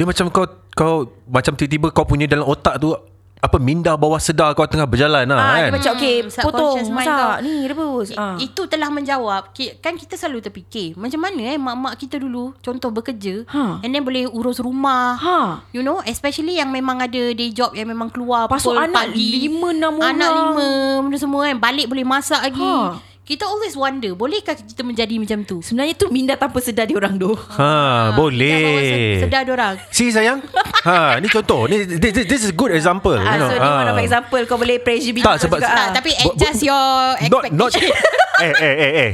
[SPEAKER 4] Dia macam kau kau macam tiba-tiba kau punya dalam otak tu apa minda bawah sedar kau tengah berjalan lah
[SPEAKER 3] ah,
[SPEAKER 4] kan.
[SPEAKER 3] Dia macam okay
[SPEAKER 1] Hmm,
[SPEAKER 3] Potong
[SPEAKER 1] subconscious mind
[SPEAKER 3] Masak
[SPEAKER 1] kau.
[SPEAKER 3] Ni rebus
[SPEAKER 1] I-
[SPEAKER 3] ah.
[SPEAKER 1] Itu telah menjawab Ki- Kan kita selalu terfikir Macam mana eh Mak-mak kita dulu Contoh bekerja
[SPEAKER 3] Ha.
[SPEAKER 1] And then boleh urus rumah
[SPEAKER 3] Ha.
[SPEAKER 1] You know Especially yang memang ada Day job yang memang keluar pukul
[SPEAKER 3] Pasal anak
[SPEAKER 1] pagi.
[SPEAKER 3] lima, enam
[SPEAKER 1] Anak
[SPEAKER 3] orang.
[SPEAKER 1] lima Benda semua kan Balik boleh masak lagi
[SPEAKER 3] Ha.
[SPEAKER 1] Kita always wonder Bolehkah kita menjadi macam tu
[SPEAKER 3] Sebenarnya tu minda tanpa sedar dia orang tu
[SPEAKER 4] Ha, boleh.
[SPEAKER 1] Sedar orang.
[SPEAKER 4] Si sayang. ha, ni contoh. Ni this, this- this is good example. you
[SPEAKER 3] ah,
[SPEAKER 4] know.
[SPEAKER 3] So ni one of
[SPEAKER 4] Ah.
[SPEAKER 3] example Kau boleh pressure bini
[SPEAKER 4] Tak,
[SPEAKER 3] kau
[SPEAKER 4] sebab-
[SPEAKER 3] juga,
[SPEAKER 1] Tak,
[SPEAKER 3] ah.
[SPEAKER 1] tapi
[SPEAKER 4] Bo- bo-
[SPEAKER 1] adjust your
[SPEAKER 4] not
[SPEAKER 1] expectation.
[SPEAKER 4] not eh eh eh eh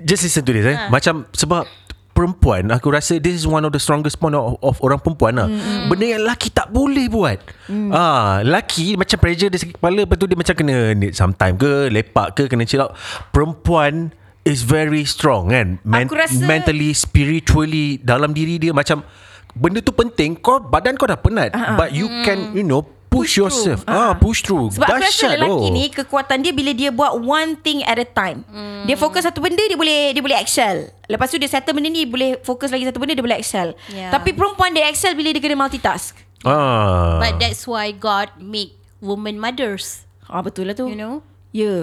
[SPEAKER 4] just listen to this
[SPEAKER 3] Ha.
[SPEAKER 4] eh macam sebab perempuan aku rasa this is one of the strongest point of, of orang perempuan lah mm. benda yang lelaki tak boleh buat
[SPEAKER 3] Mm.
[SPEAKER 4] ah lelaki macam pressure dia sakit kepala lepas tu dia macam kena need some time ke lepak ke kena chill out perempuan is very strong kan
[SPEAKER 3] Aku rasa-
[SPEAKER 4] mentally spiritually dalam diri dia macam benda tu penting kau badan kau dah penat uh-huh. but you mm. can you know push,
[SPEAKER 3] Ah, Push through.
[SPEAKER 4] yourself ah push through
[SPEAKER 3] Sebab aku rasa
[SPEAKER 4] Dahsyat, oh.
[SPEAKER 3] lelaki ni Kekuatan dia bila dia buat One thing at a time hmm. Dia fokus satu benda Dia boleh dia boleh excel Lepas tu dia settle benda ni Boleh fokus lagi satu benda Dia boleh excel
[SPEAKER 1] Ya.
[SPEAKER 3] Tapi perempuan dia excel Bila dia kena multitask
[SPEAKER 4] ah
[SPEAKER 1] But that's why God make women mothers.
[SPEAKER 3] Ah betul lah tu.
[SPEAKER 1] You know? Kan?
[SPEAKER 3] Ya. Yeah.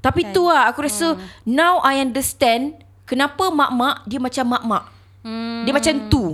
[SPEAKER 3] Tapi tu lah aku rasa hmm. now I understand kenapa mak-mak dia macam mak-mak. Hmm. Dia macam tu.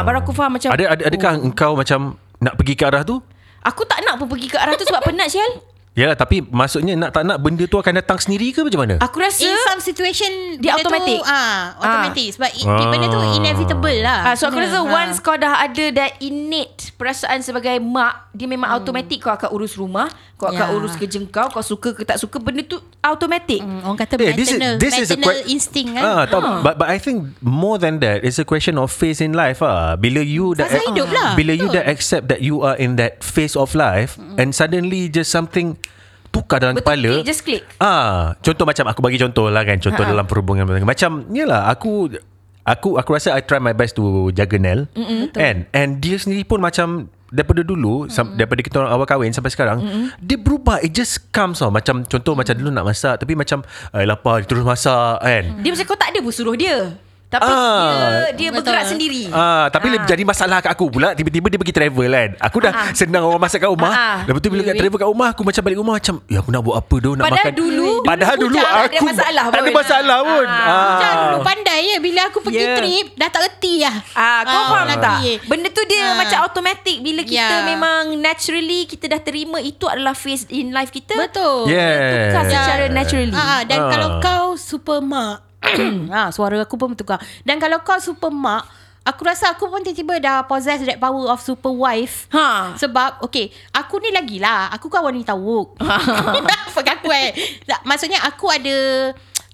[SPEAKER 4] Ah,
[SPEAKER 3] baru aku faham macam
[SPEAKER 4] Ada ada adakah oh. engkau macam nak pergi ke arah tu?
[SPEAKER 3] Aku tak nak pun pergi ke arah tu sebab penat Syal.
[SPEAKER 4] Yalah tapi maksudnya nak tak nak benda tu akan datang sendiri ke macam mana?
[SPEAKER 3] Aku rasa
[SPEAKER 1] In some situation
[SPEAKER 3] Dia
[SPEAKER 1] benda
[SPEAKER 3] automatic.
[SPEAKER 1] tu, ah, automatic sebab it, ah.
[SPEAKER 4] Ah.
[SPEAKER 1] benda tu inevitable lah.
[SPEAKER 3] Ah, so aku
[SPEAKER 1] Kena.
[SPEAKER 3] rasa
[SPEAKER 1] Ah.
[SPEAKER 3] once kau dah ada that innate perasaan sebagai mak, dia memang automatic kau akan urus rumah, kau akan
[SPEAKER 1] Hmm. Ya.
[SPEAKER 3] urus kerja kau, kau suka ke tak suka, benda tu automatic.
[SPEAKER 1] Hmm, orang kata
[SPEAKER 4] Eh,
[SPEAKER 1] maternal, maternal
[SPEAKER 4] que-
[SPEAKER 1] instinct kan.
[SPEAKER 4] Ah, tak, but, but I think more than that, it's a question of phase in life ah. Bila you dah
[SPEAKER 1] Fasa hidup lah,
[SPEAKER 4] bila you
[SPEAKER 1] betul.
[SPEAKER 4] dah accept that you are in that phase of life and suddenly just something tukar dalam
[SPEAKER 3] Betul,
[SPEAKER 4] kepala.
[SPEAKER 3] click, just click.
[SPEAKER 4] Ah, contoh macam aku bagi contoh lah kan, contoh dalam perhubungan macam yalah aku aku aku rasa I try my best to jaga Nell and and dia sendiri pun macam daripada dulu sam, daripada kita orang awal kahwin sampai sekarang dia berubah it just comes tau macam contoh macam dulu nak masak tapi macam eh, lapar dia terus masak kan
[SPEAKER 3] Dia macam kau tak ada pun suruh dia. Tapi
[SPEAKER 4] Ah.
[SPEAKER 3] dia dia
[SPEAKER 1] Betul.
[SPEAKER 3] bergerak sendiri.
[SPEAKER 4] Ah, tapi ah. jadi masalah kat aku pula Tiba-tiba dia pergi travel kan Aku dah
[SPEAKER 3] Ah.
[SPEAKER 4] senang orang masak kat rumah
[SPEAKER 3] Ah.
[SPEAKER 4] Lepas tu bila kat
[SPEAKER 3] Wait,
[SPEAKER 4] travel kat rumah Aku macam balik rumah Macam Ya aku nak buat apa tu Nak
[SPEAKER 3] Padahal
[SPEAKER 4] makan Hmm.
[SPEAKER 3] dulu-
[SPEAKER 4] Padahal
[SPEAKER 3] dulu
[SPEAKER 4] dulu
[SPEAKER 3] pun tak ada
[SPEAKER 4] aku
[SPEAKER 3] masalah
[SPEAKER 4] Tak ada
[SPEAKER 3] pun.
[SPEAKER 4] masalah pun
[SPEAKER 3] Ah.
[SPEAKER 4] ah.
[SPEAKER 1] Macam dulu pandai ya Bila aku pergi
[SPEAKER 3] Ya.
[SPEAKER 1] yeah. trip Dah tak reti lah
[SPEAKER 3] Ah, kau faham
[SPEAKER 1] lagi.
[SPEAKER 3] tak? Benda tu dia
[SPEAKER 1] Ah.
[SPEAKER 3] macam automatic bila kita
[SPEAKER 1] Ya.
[SPEAKER 3] memang naturally kita dah terima itu adalah phase in life kita.
[SPEAKER 1] Betul
[SPEAKER 4] Yeah
[SPEAKER 3] Tukar secara naturally.
[SPEAKER 1] Ah, ah, dan
[SPEAKER 4] Ah.
[SPEAKER 1] kalau kau super mak, ah suara aku pun bertukar. Dan kalau kau super mak, aku rasa aku pun tiba-tiba dah possess that power of super wife.
[SPEAKER 3] Ha.
[SPEAKER 1] Sebab okay Aku ni lagi lah Aku kan wanita woke Fuck aku eh Tak, Maksudnya aku ada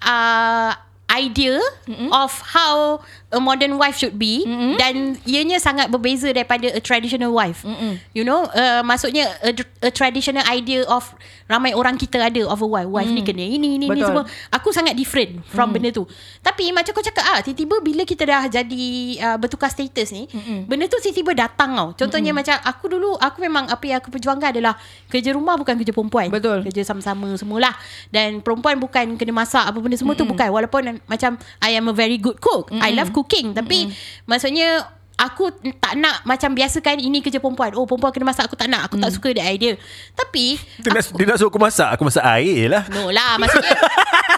[SPEAKER 1] uh, Idea mm-hmm. Of how A modern wife should be mm-hmm. Dan ianya sangat berbeza Daripada a traditional wife mm-hmm. You know uh, Maksudnya a, a traditional idea of Ramai orang kita ada Of a wife Wife mm. ni kena ini Ini ni
[SPEAKER 3] Betul.
[SPEAKER 1] semua Aku sangat different From mm. benda tu Tapi macam kau cakap ah, Tiba-tiba bila kita dah jadi uh, Bertukar status ni mm-hmm. Benda tu tiba-tiba datang tau Contohnya mm-hmm. macam Aku dulu Aku memang Apa yang aku perjuangkan adalah Kerja rumah bukan kerja perempuan
[SPEAKER 3] Betul.
[SPEAKER 1] Kerja sama-sama semualah Dan perempuan bukan Kena masak apa benda semua mm-hmm. tu Bukan walaupun Macam I am a very good cook mm-hmm. I love cooking Tapi mm-hmm. Maksudnya Aku tak nak Macam biasakan Ini kerja perempuan Oh perempuan kena masak Aku tak nak Aku mm. tak suka that idea Tapi
[SPEAKER 4] dia nak, dia nak suruh aku masak Aku masak air lah
[SPEAKER 1] No lah Maksudnya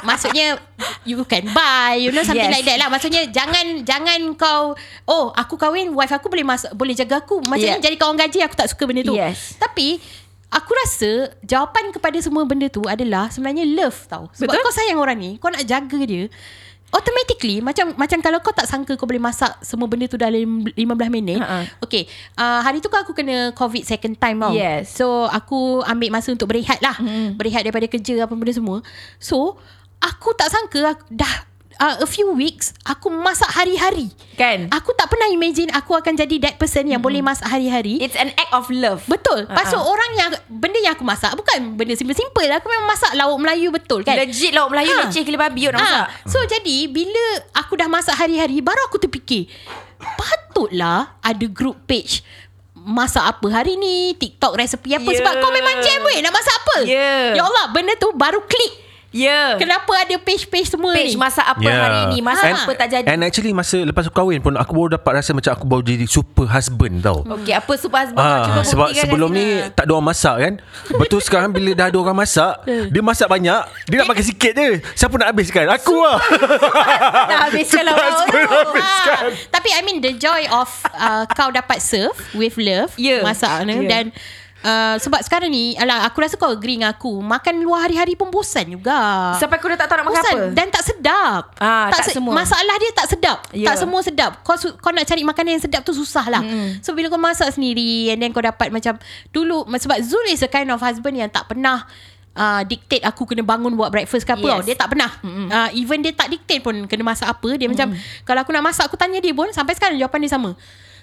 [SPEAKER 1] Maksudnya You can buy You know something
[SPEAKER 3] Yes.
[SPEAKER 1] yes. like that lah Maksudnya Jangan Jangan kau Oh aku kahwin Wife aku boleh masak Boleh jaga aku Maksudnya
[SPEAKER 3] Yeah.
[SPEAKER 1] yeah. jadi kawan gaji Aku tak suka benda tu
[SPEAKER 3] Yes.
[SPEAKER 1] Tapi Aku rasa Jawapan kepada semua benda tu Adalah Sebenarnya love tau Sebab
[SPEAKER 3] Betul.
[SPEAKER 1] kau sayang orang ni Kau nak jaga dia Automatically Macam macam kalau kau tak sangka Kau boleh masak Semua benda tu dalam 15 minit
[SPEAKER 3] Ha-ha.
[SPEAKER 1] uh-huh. Okay uh, Hari tu kan aku kena Covid second time tau
[SPEAKER 3] Yes.
[SPEAKER 1] So aku ambil masa untuk berehat lah mm. Berehat daripada kerja apa benda semua So aku tak sangka aku, dah uh, a few weeks aku masak hari-hari
[SPEAKER 3] Kan?
[SPEAKER 1] Aku tak pernah imagine aku akan jadi that person yang mm. boleh masak hari-hari
[SPEAKER 3] It's an act of love.
[SPEAKER 1] Betul
[SPEAKER 3] Ha-ha.
[SPEAKER 1] uh-huh. Pasal orang yang Benda yang aku masak Bukan benda simple-simple Aku memang masak lauk Melayu betul kan
[SPEAKER 3] Legit lauk Melayu
[SPEAKER 1] Ha.
[SPEAKER 3] leceh gila babi awak nak masak. Hmm.
[SPEAKER 1] Ah, So jadi bila aku dah masak hari-hari baru aku terfikir patutlah ada group page masak apa hari ni TikTok resepi apa
[SPEAKER 3] Yeah.
[SPEAKER 1] yeah. sebab kau memang jam weh nak masak apa
[SPEAKER 3] Yeah.
[SPEAKER 1] ya Allah benda tu baru klik
[SPEAKER 3] Ya. Yeah.
[SPEAKER 1] kenapa ada page-page semua ni
[SPEAKER 3] Page
[SPEAKER 1] Ah.
[SPEAKER 3] masak apa
[SPEAKER 4] Yeah.
[SPEAKER 3] hari ni? Masak
[SPEAKER 1] And-
[SPEAKER 3] apa tak jadi?
[SPEAKER 4] Ya. And actually masa lepas aku kahwin pun Aku baru dapat rasa macam Aku baru jadi super husband tau
[SPEAKER 3] Okey, apa super husband? kau cuba
[SPEAKER 4] Ah, sebab
[SPEAKER 3] buktikan
[SPEAKER 4] sebelum
[SPEAKER 3] kat
[SPEAKER 4] ni
[SPEAKER 3] sini.
[SPEAKER 4] tak ada orang masak kan Betul sekarang bila dah ada orang masak Dia masak banyak Dia nak makan sikit je Siapa nak habiskan? Aku lah
[SPEAKER 3] Ah. tak habiskan lah, lauk. tu.
[SPEAKER 1] Ah,
[SPEAKER 3] kan?
[SPEAKER 1] tapi I mean the joy of uh, kau dapat serve with love
[SPEAKER 3] Yeah.
[SPEAKER 1] masak ni
[SPEAKER 3] Yeah.
[SPEAKER 1] dan uh, sebab sekarang ni alah aku rasa kau agree dengan aku makan luar hari-hari pun bosan juga
[SPEAKER 3] Sampai aku dah tak tahu nak makan
[SPEAKER 1] Bosan
[SPEAKER 3] apa.
[SPEAKER 1] Dan tak sedap
[SPEAKER 3] Ah, tak semua.
[SPEAKER 1] Masalah dia tak sedap
[SPEAKER 3] Ya.
[SPEAKER 1] yeah. Tak semua sedap kau, su- kau nak cari makanan yang sedap tu susah lah mm. So bila kau masak sendiri And then kau dapat macam Dulu Sebab Zul is a kind of husband Yang tak pernah Uh, dictate aku kena bangun buat breakfast ke apa
[SPEAKER 3] Yes.
[SPEAKER 1] yes. Dia tak pernah uh, Even dia tak dictate pun Kena masak apa Dia macam Kalau aku nak masak Aku tanya dia pun Sampai sekarang jawapan dia sama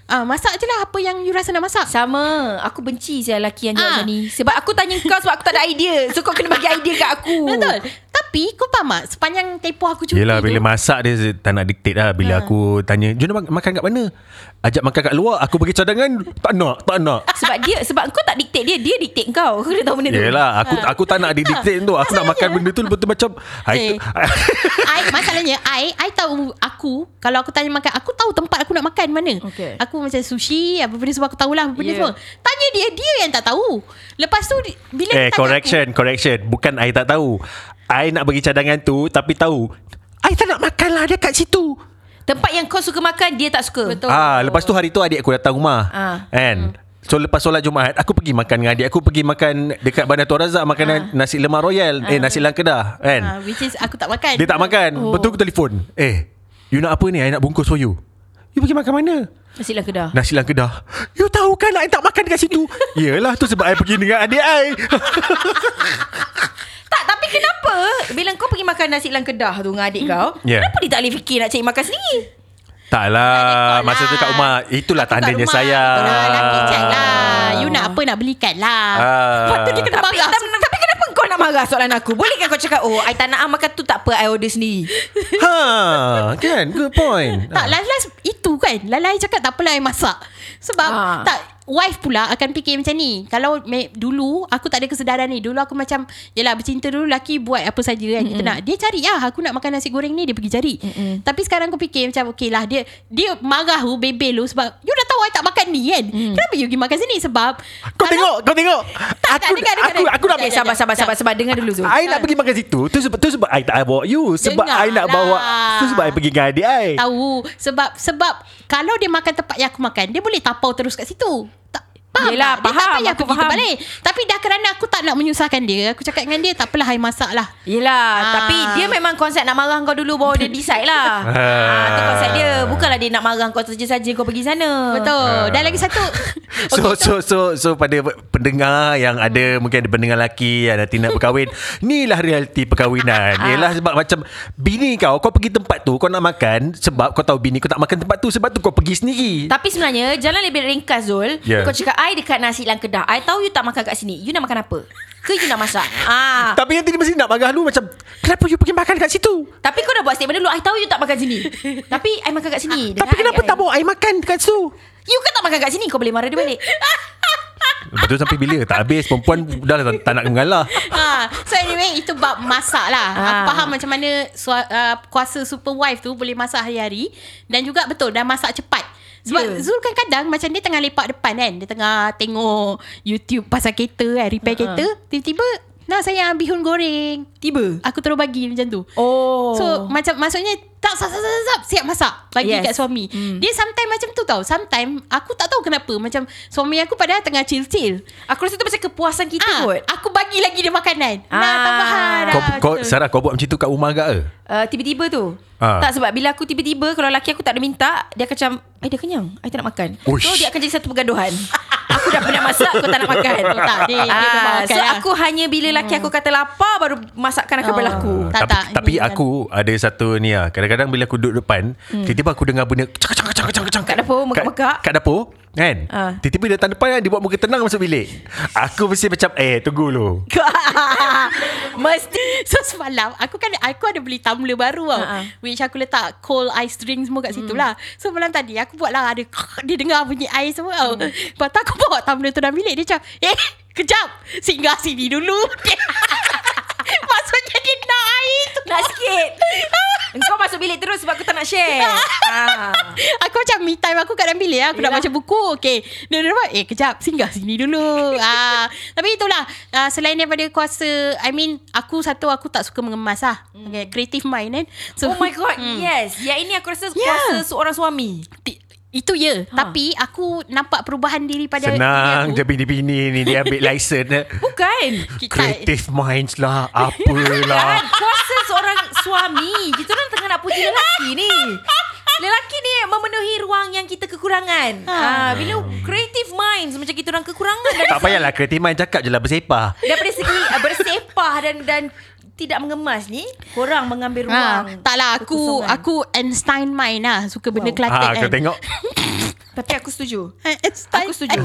[SPEAKER 1] uh, Masak je lah Apa yang you rasa nak masak
[SPEAKER 3] Sama Aku benci saya lelaki yang jual
[SPEAKER 1] Ah.
[SPEAKER 3] macam ni Sebab aku tanya kau Sebab aku tak ada idea So kau kena bagi idea kat aku
[SPEAKER 1] Betul Tapi kau faham tak Sepanjang tempoh aku cuti
[SPEAKER 4] Yelah
[SPEAKER 1] tu
[SPEAKER 4] bila masak dia tak nak dictate lah Bila aku tanya Jom nak mak- makan kat mana? Ajak makan kat luar Aku bagi cadangan Tak nak Tak nak
[SPEAKER 3] Sebab dia Sebab kau tak dictate dia Dia dictate kau Kau kena tahu benda tu
[SPEAKER 4] Yelah aku aku tak nak dictate tu Aku nak makan benda tu Lepas tu macam
[SPEAKER 1] Eh.
[SPEAKER 4] I,
[SPEAKER 1] I, masalahnya I I tahu aku Kalau aku tanya makan Aku tahu tempat aku nak makan mana
[SPEAKER 3] Okay.
[SPEAKER 1] Aku macam sushi Apa benda semua aku tahulah Apa benda
[SPEAKER 3] Yeah.
[SPEAKER 1] yeah. semua Tanya dia Dia yang tak tahu Lepas tu di- Bila dia
[SPEAKER 4] Eh
[SPEAKER 1] tanya
[SPEAKER 4] correction Correction Bukan I tak tahu I nak bagi cadangan tu Tapi tahu I tak nak makan lah Dekat situ
[SPEAKER 3] Tempat yang kau suka makan Dia tak suka
[SPEAKER 1] Betul. Hmm.
[SPEAKER 4] Ah, lepas tu hari tu adik aku datang rumah.
[SPEAKER 3] Ah.
[SPEAKER 4] Kan? So lepas solat Jumaat aku pergi makan dengan adik aku pergi makan dekat Bandar Tuan Razak
[SPEAKER 1] Ah.
[SPEAKER 4] makanan nasi lemak royal eh nasi lang kedah kan.
[SPEAKER 1] aku, uh, Which is aku tak makan
[SPEAKER 4] Dia tak makan. Oh. Betul aku telefon. Eh, you nak apa ni? I nak bungkus for you. You pergi makan mana?
[SPEAKER 3] Nasi lah kedah
[SPEAKER 4] Nasi lang kedah. You tahu kan I tak makan dekat situ. Yelah tu sebab I pergi dengan adik I.
[SPEAKER 3] Tak tapi kenapa Bila kau pergi makan nasi lah kedah tu Dengan adik kau
[SPEAKER 4] Yeah.
[SPEAKER 3] Kenapa dia tak boleh fikir Nak cari makan sendiri
[SPEAKER 4] tak lah. Masa tu kat rumah. Itulah
[SPEAKER 1] Aku kat
[SPEAKER 4] tandanya
[SPEAKER 1] rumah.
[SPEAKER 4] saya.
[SPEAKER 1] Betul lah, Lagi check lah You nak apa nak belikan lah
[SPEAKER 4] Ah.
[SPEAKER 1] Lepas tu dia kena
[SPEAKER 3] Ah. tapi,
[SPEAKER 1] marah
[SPEAKER 3] tapi, tapi kenapa kau nak marah soalan aku Bolehkah kau cakap Oh I tak nak ah makan tu Tak apa I order sendiri
[SPEAKER 4] Ha, kan? Good point.
[SPEAKER 2] Ah.
[SPEAKER 1] Tak last-last Itu kan Lalai cakap tak apalah I masak Sebab
[SPEAKER 3] Ah.
[SPEAKER 1] Tak wife pula akan fikir macam ni. Kalau me, dulu aku tak ada kesedaran ni. Dulu aku macam yalah bercinta dulu laki buat apa saja kan mm-hmm. kita nak. Dia cari lah aku nak makan nasi goreng ni dia pergi cari. Mm-hmm. Tapi sekarang aku fikir macam okey lah dia dia marah lu bebel lu sebab you dah tahu I tak makan ni kan. Mm. Kenapa you pergi makan sini sebab
[SPEAKER 2] Kau tengok, kau tengok.
[SPEAKER 1] tak,
[SPEAKER 2] aku
[SPEAKER 1] dengar, dengar,
[SPEAKER 2] aku
[SPEAKER 1] dengar.
[SPEAKER 2] aku nak
[SPEAKER 3] Okay, sabar, sabar, sabar, sabar. Dengar dulu Zul.
[SPEAKER 2] I nak pergi makan situ. Tu sebab tu sebab I tak bawa you. Sebab
[SPEAKER 1] Dengar
[SPEAKER 2] I nak
[SPEAKER 1] lah.
[SPEAKER 2] bawa tu sebab I pergi dengan adik I.
[SPEAKER 1] tahu sebab sebab kalau dia makan tempat yang aku makan dia boleh tapau terus kat situ tak faham tak?
[SPEAKER 3] Yelah,
[SPEAKER 1] dia tak
[SPEAKER 3] faham.
[SPEAKER 1] payah
[SPEAKER 3] Aku
[SPEAKER 1] aku pergi
[SPEAKER 3] faham.
[SPEAKER 1] terbalik tapi dah kerana aku tak nak menyusahkan dia aku cakap dengan dia tak apalah hai masak lah
[SPEAKER 3] Yelah
[SPEAKER 1] Ah.
[SPEAKER 3] Tapi dia memang konsep Nak marah kau dulu Baru dia decide lah ah, Itu konsep dia Bukanlah dia nak marah kau Saja-saja kau pergi sana
[SPEAKER 1] betul dan lagi satu
[SPEAKER 4] So okay, so so so pada pendengar yang ada mungkin ada pendengar lelaki yang nanti nak berkahwin, inilah realiti perkahwinan. Ialah sebab macam bini kau kau pergi tempat tu kau nak makan sebab kau tahu bini kau tak makan tempat tu sebab tu kau pergi sendiri.
[SPEAKER 3] Tapi sebenarnya Jalan lebih ringkas Zul
[SPEAKER 4] Yeah.
[SPEAKER 3] yeah. Kau cakap I dekat nasi lang kedah I tahu you tak makan kat sini You nak makan apa Ke you nak masak ah.
[SPEAKER 4] Tapi nanti dia mesti nak marah lu macam Kenapa you pergi makan kat situ?
[SPEAKER 3] Tapi kau dah buat statement dulu I tahu you tak makan sini Tapi I makan kat sini
[SPEAKER 4] Tapi
[SPEAKER 3] Dengan
[SPEAKER 4] kenapa
[SPEAKER 3] I-
[SPEAKER 4] tak bawa air makan kat situ?
[SPEAKER 3] You kan tak makan kat sini Kau boleh marah dia balik
[SPEAKER 4] Lepas tu sampai bila? Tak habis perempuan dah lah, tak, tak nak mengalah.
[SPEAKER 1] ha, so anyway itu bab masak lah ha. aku
[SPEAKER 3] Ah.
[SPEAKER 1] faham macam mana sua, uh, kuasa super wife tu boleh masak hari-hari dan juga betul dah masak cepat sebab yeah.
[SPEAKER 3] Ya.
[SPEAKER 1] Zul kan kadang macam dia tengah lepak depan kan dia tengah tengok YouTube pasal kereta kan
[SPEAKER 3] Ah,
[SPEAKER 1] repair kereta tiba-tiba nak saya ambil bihun goreng
[SPEAKER 3] Tiba
[SPEAKER 1] Aku terus bagi macam tu
[SPEAKER 3] Oh
[SPEAKER 1] So macam maksudnya tak sap sap sap, sap, sap siap masak bagi yes.
[SPEAKER 3] Yes. Hmm.
[SPEAKER 1] kat suami. Mm. Dia sometimes macam tu tau. Sometimes aku tak tahu kenapa macam suami aku padahal tengah chill-chill.
[SPEAKER 3] Aku rasa tu macam kepuasan kita
[SPEAKER 1] Ah,
[SPEAKER 3] kot
[SPEAKER 1] aku bagi lagi dia makanan. Ah. Nah,
[SPEAKER 3] Ah.
[SPEAKER 1] tambah harap.
[SPEAKER 4] Kau, kau, Sarah kau buat macam tu kat rumah agak ke?
[SPEAKER 3] Uh, tiba-tiba tu
[SPEAKER 4] Ah.
[SPEAKER 3] Tak sebab bila aku tiba-tiba Kalau laki aku tak ada minta Dia akan macam Eh dah kenyang I tak nak makan
[SPEAKER 4] Uish.
[SPEAKER 3] So dia akan jadi satu pergaduhan Aku dah pernah masak Kau tak nak makan
[SPEAKER 1] Oh, tak, dia- dia memang
[SPEAKER 3] ah,
[SPEAKER 1] makan
[SPEAKER 3] So
[SPEAKER 1] lah.
[SPEAKER 3] aku hanya bila laki aku kata lapar Baru masakan
[SPEAKER 1] Oh.
[SPEAKER 3] akan berlaku
[SPEAKER 1] Tak,
[SPEAKER 4] tapi,
[SPEAKER 1] tak.
[SPEAKER 4] tapi
[SPEAKER 1] Ini
[SPEAKER 4] aku ada satu ni lah. Kadang-kadang bila aku duduk depan, hmm. tiba-tiba aku dengar bunyi cak cak cak cak cak
[SPEAKER 3] Kat dapur,
[SPEAKER 4] Kat,
[SPEAKER 3] megak-megak.
[SPEAKER 4] kat dapur, kan?
[SPEAKER 3] Ah.
[SPEAKER 4] Tiba-tiba dia datang depan kan? dia buat muka tenang masuk bilik. Aku mesti macam eh tunggu dulu.
[SPEAKER 3] Mesti
[SPEAKER 1] So semalam Aku kan Aku ada beli tumbler baru tau
[SPEAKER 3] Ha, Hmm. ha.
[SPEAKER 1] Which aku letak Cold ice drink semua kat situ lah So malam tadi Aku buat lah ada Dia dengar bunyi ais semua tau
[SPEAKER 3] Hmm.
[SPEAKER 1] Lepas tu aku bawa tumbler tu dalam bilik Dia macam Eh kejap Singgah sini dulu Maksudnya dia nak air tu
[SPEAKER 3] Nak sikit Engkau masuk bilik terus Sebab aku tak nak share ah.
[SPEAKER 1] Aku macam me time aku kat dalam bilik ah. Aku nak
[SPEAKER 3] Yelah.
[SPEAKER 1] baca buku Okay Dia dia nampak Eh kejap Singgah sini dulu ah, Tapi itulah ah, Selain daripada kuasa I mean Aku satu Aku tak suka mengemas lah okay, Creative mind kan so,
[SPEAKER 3] Hmm. Oh my god Yes Yang ini aku rasa
[SPEAKER 1] Yeah.
[SPEAKER 3] Kuasa seorang suami
[SPEAKER 1] Ti- itu ya ha. Tapi aku nampak perubahan diri pada
[SPEAKER 4] Senang je
[SPEAKER 1] diri aku.
[SPEAKER 4] bini-bini ni dia ambil license. eh.
[SPEAKER 3] Bukan
[SPEAKER 1] Kita-
[SPEAKER 4] Creative minds lah, apalah.
[SPEAKER 3] Kan kuasa seorang suami Kita orang tengah nak puji lelaki ni Lelaki ni memenuhi ruang yang kita kekurangan ha. Bila creative minds macam kita orang kekurangan dari,
[SPEAKER 4] tak payahlah creative mind cakap je lah bersepah.
[SPEAKER 3] Daripada segi uh, bersepah dan dan tidak mengemas ni Korang mengambil
[SPEAKER 1] Ha,
[SPEAKER 3] ruang
[SPEAKER 1] tak lah aku
[SPEAKER 3] kekosongan.
[SPEAKER 1] aku Einstein mind lah suka benda
[SPEAKER 3] Wow.
[SPEAKER 1] Kelantan
[SPEAKER 4] Ha, kau
[SPEAKER 1] kan. Eh,
[SPEAKER 4] tengok.
[SPEAKER 3] Tapi aku setuju
[SPEAKER 1] Einstein.
[SPEAKER 3] Aku setuju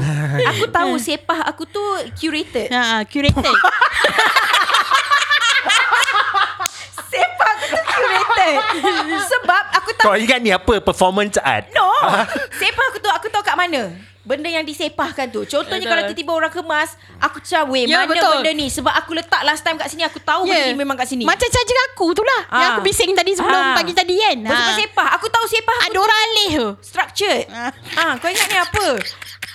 [SPEAKER 3] Aku tahu sepah aku tu curated
[SPEAKER 1] Ha, curated.
[SPEAKER 3] Sepah aku tu curated Sebab aku tahu
[SPEAKER 4] Kau ingat ni apa? Performance art.
[SPEAKER 3] No
[SPEAKER 4] Ah.
[SPEAKER 3] Sepah aku tu Aku tahu kat mana Benda yang disepahkan tu Contohnya
[SPEAKER 1] Betul.
[SPEAKER 3] kalau tiba-tiba orang kemas Aku macam weh
[SPEAKER 1] Ya,
[SPEAKER 3] Mana
[SPEAKER 1] betul.
[SPEAKER 3] benda ni Sebab aku letak last time kat sini Aku tahu yeah. benda ni memang kat sini
[SPEAKER 1] Ya. Macam charger aku tu lah. Ha. Yang
[SPEAKER 3] Ah.
[SPEAKER 1] aku bising tadi sebelum
[SPEAKER 3] Ah.
[SPEAKER 1] ha. pagi tadi kan.
[SPEAKER 3] Kau sebab sepah Aku tahu sepah aku
[SPEAKER 1] Ada orang alih tu.
[SPEAKER 3] structured
[SPEAKER 1] Ah.
[SPEAKER 3] ah. Kau ingat ni apa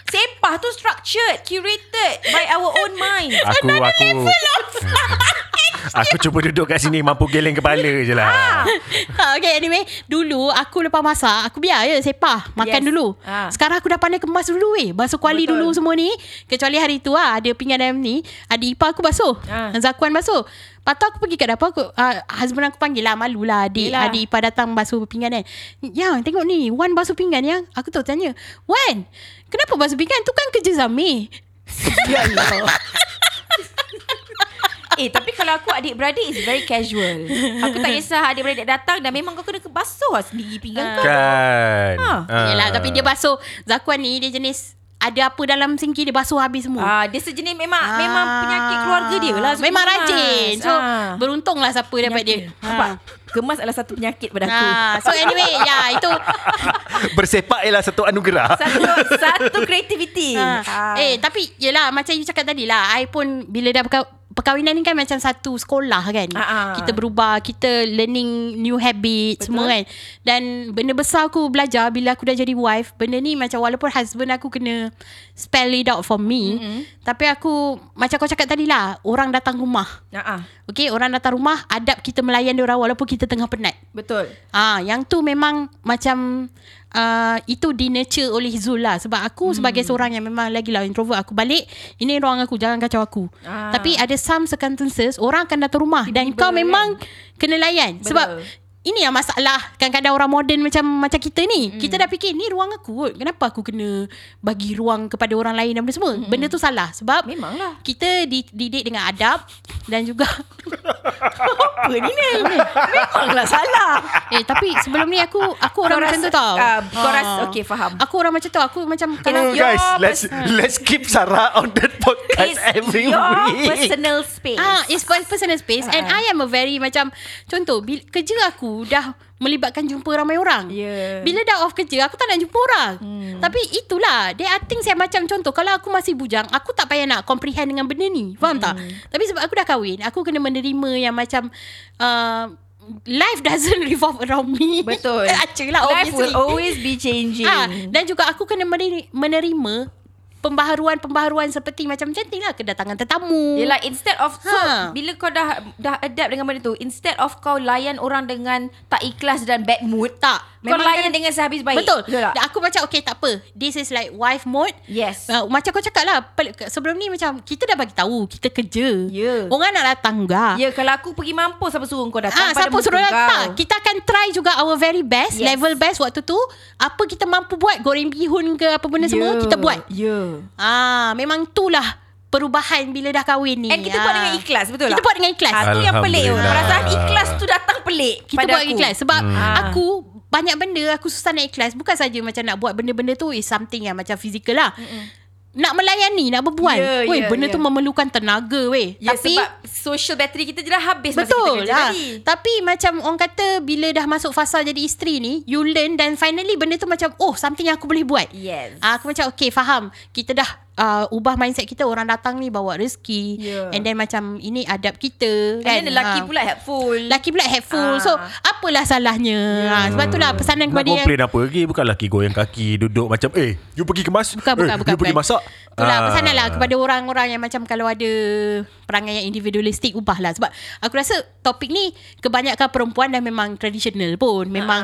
[SPEAKER 3] Sepah tu structured Curated By our own mind
[SPEAKER 4] Aku aku
[SPEAKER 1] lah.
[SPEAKER 4] Aku cuba duduk kat sini mampu geleng kepala je lah.
[SPEAKER 3] Ah.
[SPEAKER 1] Ha, okay anyway Dulu aku lepas masak Aku biar je sepah Makan
[SPEAKER 3] Yes.
[SPEAKER 1] dulu ha.
[SPEAKER 3] Ah.
[SPEAKER 1] Sekarang aku dah pandai kemas dulu weh Basuh kuali
[SPEAKER 3] Betul.
[SPEAKER 1] dulu semua ni Kecuali hari tu lah Ada pinggan dalam ni Adik ipar aku basuh ha.
[SPEAKER 3] Ah.
[SPEAKER 1] Zakuan basuh Lepas tu aku pergi kat dapur aku, uh, Husband aku panggil lah Malu lah adik Yelah.
[SPEAKER 3] Yelah.
[SPEAKER 1] Adik ipar datang basuh pinggan kan Yang tengok ni Wan basuh pinggan yang Aku tu tanya Wan Kenapa basuh pinggan Tu kan kerja Zamir
[SPEAKER 3] Ya Allah Eh tapi kalau aku adik-beradik Is very casual Aku tak kisah adik-beradik datang Dan memang kau kena
[SPEAKER 1] Ah.
[SPEAKER 3] basuh lah sendiri pinggan kau
[SPEAKER 4] Kan.
[SPEAKER 3] Ha.
[SPEAKER 1] Yelah tapi dia basuh Zakuan ni dia jenis ada apa dalam singki dia basuh habis semua.
[SPEAKER 3] Ah, dia sejenis memang ah. memang penyakit keluarga dia lah. suka
[SPEAKER 1] Memang
[SPEAKER 3] kemas.
[SPEAKER 1] rajin. So ah. beruntunglah siapa dapat dia.
[SPEAKER 3] Penyakit. Ah. Ha. Nampak? Kemas adalah satu penyakit pada aku.
[SPEAKER 1] Ah, so anyway, ya yeah, itu
[SPEAKER 2] Bersepak ialah satu anugerah.
[SPEAKER 3] Satu satu Ha. kreativiti.
[SPEAKER 1] ah. Eh tapi yelah Macam you cakap tadi lah I pun Bila dah berka- perkahwinan ni kan Macam satu sekolah kan
[SPEAKER 3] Ah, ah.
[SPEAKER 1] Kita berubah Kita learning New habit Semua kan Dan benda besar aku belajar Bila aku dah jadi wife Benda ni macam Walaupun husband aku kena Spell it out for me mm-hmm. Tapi aku Macam kau cakap tadi lah Orang datang rumah
[SPEAKER 3] Ah, ah.
[SPEAKER 1] Okay orang datang rumah Adab kita melayan diorang Walaupun kita tengah penat
[SPEAKER 3] Betul.
[SPEAKER 1] Ah, yang tu memang macam uh, itu dinurture oleh Zul lah. Sebab aku hmm. sebagai seorang yang memang lagi lah introvert. Aku balik, ini ruang aku, jangan kacau aku. Ah.
[SPEAKER 3] Ah.
[SPEAKER 1] Tapi ada some circumstances, orang akan datang rumah dan kau memang kena layan. Betul. Sebab ini yang masalah kadang-kadang orang moden macam macam kita ni. Hmm. Kita dah fikir ni ruang aku kot. Kenapa aku kena bagi ruang kepada orang lain dan benda semua? Hmm. Benda tu salah sebab
[SPEAKER 3] Memanglah.
[SPEAKER 1] kita dididik dengan adab dan juga
[SPEAKER 3] Apa ni Nel? Memanglah salah.
[SPEAKER 1] Eh tapi sebelum ni aku aku orang
[SPEAKER 3] Kau
[SPEAKER 1] macam
[SPEAKER 3] rasa-
[SPEAKER 1] tu tau.
[SPEAKER 3] ah, kau
[SPEAKER 1] Ah.
[SPEAKER 3] rasa- okay, faham.
[SPEAKER 1] Aku orang macam tu. Aku macam
[SPEAKER 2] Oh,
[SPEAKER 1] kalau
[SPEAKER 3] your
[SPEAKER 2] guys, let's
[SPEAKER 3] pers-
[SPEAKER 2] let's keep Sarah on that podcast
[SPEAKER 3] It's
[SPEAKER 2] every
[SPEAKER 3] your
[SPEAKER 2] week.
[SPEAKER 3] personal space.
[SPEAKER 1] ah it's my personal space and
[SPEAKER 3] Ah.
[SPEAKER 1] I am a very macam contoh bila, kerja aku dah melibatkan jumpa ramai orang.
[SPEAKER 3] Yeah.
[SPEAKER 1] Bila dah off kerja aku tak nak jumpa orang. Hmm. Tapi itulah there are things yang macam contoh kalau aku masih bujang aku tak payah nak comprehend dengan benda ni. Faham hmm. tak? Tapi sebab aku dah kahwin aku kena menerima yang macam uh, life doesn't revolve around me.
[SPEAKER 3] Betul.
[SPEAKER 1] Acah lah
[SPEAKER 3] Life
[SPEAKER 1] obviously.
[SPEAKER 3] will always be changing.
[SPEAKER 1] Ah, dan juga aku kena meri- menerima pembaharuan-pembaharuan seperti macam cantik lah kedatangan tetamu.
[SPEAKER 3] Yelah instead of so,
[SPEAKER 1] Ha.
[SPEAKER 3] Bila kau dah Dah adapt dengan benda tu Instead of kau layan orang dengan Tak ikhlas dan bad mood
[SPEAKER 1] Tak.
[SPEAKER 3] Kau
[SPEAKER 1] Memang
[SPEAKER 3] layan
[SPEAKER 1] kan-
[SPEAKER 3] dengan sehabis baik
[SPEAKER 1] Betul.
[SPEAKER 3] Betul tak?
[SPEAKER 1] Dan aku macam okay tak apa. This is like wife mode.
[SPEAKER 3] Yes
[SPEAKER 1] Uh, macam kau cakap lah pel- ke- Sebelum ni macam Kita dah bagi tahu Kita kerja
[SPEAKER 3] Ya.
[SPEAKER 1] Orang nak datang enggak
[SPEAKER 3] Ya kalau aku pergi mampus Siapa suruh kau
[SPEAKER 1] Ah,
[SPEAKER 3] datang pada
[SPEAKER 1] siapa
[SPEAKER 3] muka
[SPEAKER 1] suruh datang
[SPEAKER 3] kau.
[SPEAKER 1] Kita akan try juga Our very best yes.
[SPEAKER 3] Yes.
[SPEAKER 1] Level best waktu tu Apa kita mampu buat Goreng bihun ke Apa benda yeah. semua
[SPEAKER 3] Ya,
[SPEAKER 1] Kita buat
[SPEAKER 3] Ya yeah.
[SPEAKER 1] ah, Memang itulah Perubahan bila dah kahwin ni
[SPEAKER 3] And kita buat
[SPEAKER 1] Ah.
[SPEAKER 3] dengan ikhlas Betul
[SPEAKER 1] Kita
[SPEAKER 3] tak?
[SPEAKER 1] buat dengan ikhlas
[SPEAKER 3] Ah, tu yang pelik tu.
[SPEAKER 4] Alhamdulillah.
[SPEAKER 3] Perasaan ikhlas tu datang pelik
[SPEAKER 1] kita
[SPEAKER 3] pada
[SPEAKER 1] buat
[SPEAKER 3] aku.
[SPEAKER 1] ikhlas sebab
[SPEAKER 3] Ah.
[SPEAKER 1] hmm. aku banyak benda aku susah nak ikhlas bukan saja macam nak buat benda-benda tu is something yang macam fizikal lah Mm-mm. Nak melayani, nak berbual.
[SPEAKER 3] Ya,
[SPEAKER 1] Yeah, weh,
[SPEAKER 3] ya,
[SPEAKER 1] yeah, benda
[SPEAKER 3] ya.
[SPEAKER 1] yeah. tu memerlukan tenaga weh.
[SPEAKER 3] Ya,
[SPEAKER 1] Yeah, Tapi
[SPEAKER 3] sebab social battery kita je dah habis masa
[SPEAKER 1] betul
[SPEAKER 3] kita kerja
[SPEAKER 1] lah.
[SPEAKER 3] tadi.
[SPEAKER 1] Tapi macam orang kata bila dah masuk fasa jadi isteri ni, you learn dan finally benda tu macam oh something yang aku boleh buat.
[SPEAKER 3] Yes.
[SPEAKER 1] Ah, aku macam okay faham. Kita dah uh, ubah mindset kita orang datang ni bawa rezeki
[SPEAKER 3] Ya.
[SPEAKER 1] and then macam ini adab kita
[SPEAKER 3] And then
[SPEAKER 1] Ah.
[SPEAKER 3] lelaki pula helpful.
[SPEAKER 1] Laki pula helpful
[SPEAKER 3] Ah. Ya.
[SPEAKER 1] ah. So apalah salahnya yeah. ha, Sebab itulah pesanan
[SPEAKER 4] Nak
[SPEAKER 1] kepada yang
[SPEAKER 4] komplain apa lagi Bukan lelaki goyang kaki Duduk macam Eh you pergi kemas
[SPEAKER 1] Bukan bukan
[SPEAKER 4] eh,
[SPEAKER 1] bukan,
[SPEAKER 4] You pergi
[SPEAKER 1] bukan.
[SPEAKER 4] masak
[SPEAKER 1] Itulah
[SPEAKER 4] Ah.
[SPEAKER 1] pesanan lah Kepada orang-orang yang macam Kalau ada Perangai yang individualistik Ubahlah sebab Aku rasa topik ni Kebanyakan perempuan Dah memang traditional pun
[SPEAKER 3] Ah.
[SPEAKER 1] Memang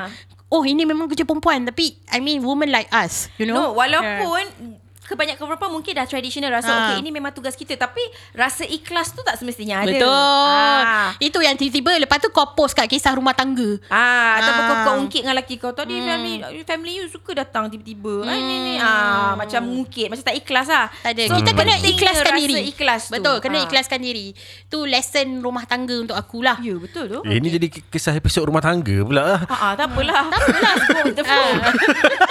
[SPEAKER 1] Oh ini memang kerja perempuan Tapi I mean women like us You know
[SPEAKER 3] No, walaupun kebanyakan perempuan mungkin dah traditional rasa ha.
[SPEAKER 1] Ah.
[SPEAKER 3] okey ini memang tugas kita tapi rasa ikhlas tu tak semestinya ada.
[SPEAKER 1] Betul
[SPEAKER 3] Ah.
[SPEAKER 1] Itu yang tiba-tiba Lepas tu kau post kat Kisah rumah tangga
[SPEAKER 3] Ah, ataupun
[SPEAKER 1] Ah.
[SPEAKER 3] kau, kau ungkit dengan lelaki kau Tadi hmm. family family you suka datang tiba-tiba. Hmm. Ah, ni, ni. ah macam mungkin macam tak ikhlas lah.
[SPEAKER 1] Tak ada. So, kita kena
[SPEAKER 3] pentingnya
[SPEAKER 1] ikhlaskan
[SPEAKER 3] rasa
[SPEAKER 1] diri.
[SPEAKER 3] ikhlas tu.
[SPEAKER 1] Betul, kena
[SPEAKER 3] Ah.
[SPEAKER 1] ikhlaskan diri. Tu lesson rumah tangga untuk akulah.
[SPEAKER 3] Ya, betul tu.
[SPEAKER 4] Eh, Ini jadi kisah episod rumah tangga pula lah.
[SPEAKER 3] Ha ah, tak apalah. Tak apalah. Go with the flow.
[SPEAKER 1] Hmm. Ah.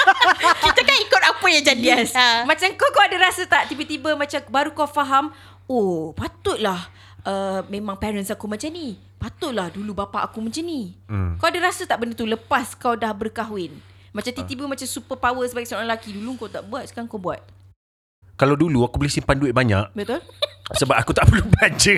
[SPEAKER 1] Kita kan ikut apa yang jadi.
[SPEAKER 3] Yes.
[SPEAKER 1] Ah.
[SPEAKER 3] Macam kau kau ada rasa tak tiba-tiba macam baru kau faham, oh patutlah uh, memang parents aku macam ni. Patutlah dulu bapa aku macam ni. Hmm. Ah. Kau ada rasa tak benda tu lepas kau dah berkahwin? Macam tiba-tiba macam super power sebagai seorang lelaki. Dulu kau tak buat, sekarang kau buat.
[SPEAKER 4] Kalau dulu aku boleh simpan duit banyak
[SPEAKER 3] Betul?
[SPEAKER 4] sebab aku tak perlu
[SPEAKER 1] Ah,
[SPEAKER 4] belanja.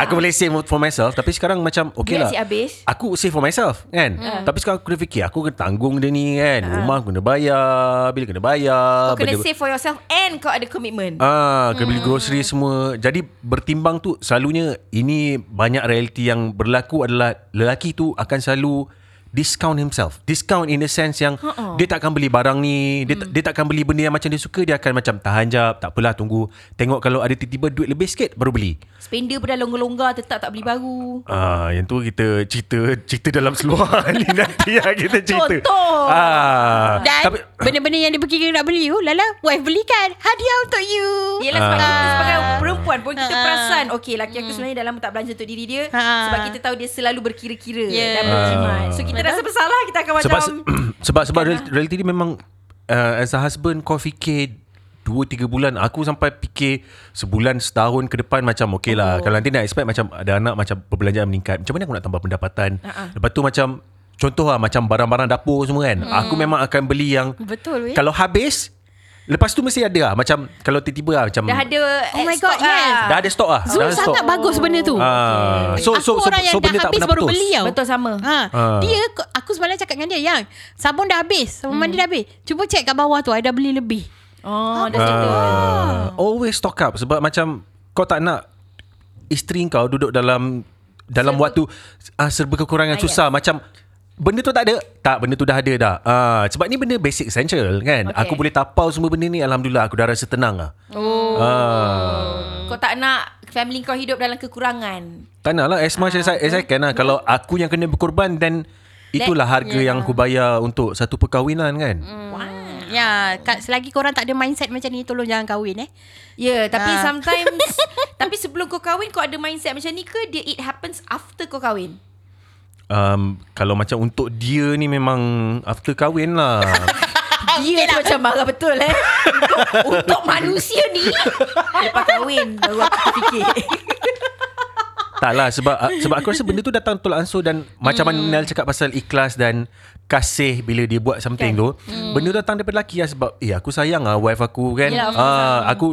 [SPEAKER 4] aku boleh save for myself tapi sekarang macam okay
[SPEAKER 3] Duit
[SPEAKER 4] lah.
[SPEAKER 3] asyik habis.
[SPEAKER 4] Aku save for myself kan.
[SPEAKER 3] Hmm.
[SPEAKER 4] Tapi sekarang aku kena fikir aku kena tanggung dia ni kan. Rumah aku kena bayar, bila kena bayar,
[SPEAKER 3] Kau kena
[SPEAKER 4] benda-
[SPEAKER 3] save Hmm. for yourself and kau ada commitment.
[SPEAKER 4] Ah, kena beli grocery semua. Jadi bertimbang tu selalunya ini banyak realiti yang berlaku adalah lelaki tu akan selalu discount himself. Discount in the sense yang uh-uh. dia tak akan beli barang ni, dia, hmm. dia tak akan beli benda yang macam dia suka, dia akan macam tahan jap, tak apalah tunggu. Tengok kalau ada tiba-tiba duit lebih sikit baru beli.
[SPEAKER 3] Spender pun dah longgar-longgar tetap tak beli baru.
[SPEAKER 4] Ah, yang tu kita cerita cerita dalam seluar ni nanti yang kita cerita.
[SPEAKER 3] Contoh.
[SPEAKER 4] Ah,
[SPEAKER 1] Dan
[SPEAKER 4] tapi
[SPEAKER 1] benda-benda yang dia pergi nak beli tu, Lala, wife belikan. Hadiah untuk you.
[SPEAKER 3] Yelah sebab
[SPEAKER 4] Ah.
[SPEAKER 3] kita sebagai perempuan pun kita
[SPEAKER 1] Ah. Hmm.
[SPEAKER 3] perasan Okay laki aku sebenarnya dah lama tak belanja untuk diri dia
[SPEAKER 1] Ah.
[SPEAKER 3] Sebab kita tahu dia selalu berkira-kira
[SPEAKER 1] Yeah.
[SPEAKER 3] Dan
[SPEAKER 4] Ah.
[SPEAKER 3] berjimat So kita rasa bersalah kita akan macam
[SPEAKER 1] Kan, ah.
[SPEAKER 4] ah, sebab sebab sebab realiti dia memang uh, as a husband kau fikir 2 3 bulan aku sampai fikir sebulan setahun ke depan macam okey
[SPEAKER 1] Oh.
[SPEAKER 4] lah. Kalau nanti nak expect macam ada anak macam perbelanjaan meningkat. Macam mana aku nak tambah pendapatan? Uh-huh. Lepas tu macam contoh lah macam barang-barang dapur semua kan. Aku memang akan beli yang
[SPEAKER 1] Hmm. Betul, weh.
[SPEAKER 4] Kalau habis lepas tu mesti ada lah macam kalau tiba-tiba lah macam
[SPEAKER 3] Dah ada
[SPEAKER 1] Oh my
[SPEAKER 3] eh, stock
[SPEAKER 1] God, yes.
[SPEAKER 3] lah.
[SPEAKER 4] dah ada stok lah.
[SPEAKER 1] So
[SPEAKER 4] dah ada
[SPEAKER 1] sangat
[SPEAKER 4] stok.
[SPEAKER 1] bagus benda tu.
[SPEAKER 4] Ah, so, so,
[SPEAKER 1] aku
[SPEAKER 4] so,
[SPEAKER 1] orang yang
[SPEAKER 4] so, benda
[SPEAKER 1] dah
[SPEAKER 4] tak
[SPEAKER 1] habis
[SPEAKER 4] pernah
[SPEAKER 1] baru
[SPEAKER 4] putus.
[SPEAKER 1] beli tau.
[SPEAKER 3] Betul sama.
[SPEAKER 1] Ha,
[SPEAKER 4] Ah.
[SPEAKER 1] Dia, aku semalam cakap dengan dia, yang sabun dah habis, sabun mandi dah habis. Cuba cek kat bawah tu, I dah beli lebih.
[SPEAKER 3] Hmm. Oh, dah settle.
[SPEAKER 4] Ah, always stock up sebab macam kau tak nak isteri kau duduk dalam dalam serba, waktu ah, serba kekurangan susah macam benda tu tak ada tak benda tu dah ada dah ah sebab ni benda basic essential kan
[SPEAKER 3] Okay.
[SPEAKER 4] okay. aku boleh tapau semua benda ni alhamdulillah aku dah rasa tenang ah
[SPEAKER 1] Oh.
[SPEAKER 4] ah
[SPEAKER 3] Kau tak nak family kau hidup dalam kekurangan.
[SPEAKER 4] tak nak lah as much as, I, as I can lah kalau
[SPEAKER 1] Ah.
[SPEAKER 4] aku yang kena berkorban then itulah harga yang aku bayar untuk satu perkahwinan kan
[SPEAKER 1] Hmm.
[SPEAKER 3] Wow.
[SPEAKER 1] Ya, kat, selagi korang tak ada mindset macam ni, tolong jangan kahwin eh.
[SPEAKER 3] Ya, yeah, tapi
[SPEAKER 1] Ah.
[SPEAKER 3] sometimes tapi sebelum kau kahwin kau ada mindset macam ni ke dia it happens after kau kahwin?
[SPEAKER 4] um, kalau macam untuk dia ni memang after kahwin lah
[SPEAKER 1] Oh,
[SPEAKER 3] Dia
[SPEAKER 1] lah.
[SPEAKER 3] tu macam marah betul eh. Untuk, untuk manusia ni lepas kahwin baru aku fikir.
[SPEAKER 4] Tak lah sebab uh, sebab aku rasa benda tu datang tolak ansur dan macam mana Nel cakap pasal ikhlas dan kasih bila dia buat something kan. tu. Benda tu datang daripada lelaki lah sebab eh aku sayang lah wife aku kan.
[SPEAKER 3] Yelah, of course
[SPEAKER 4] ah aku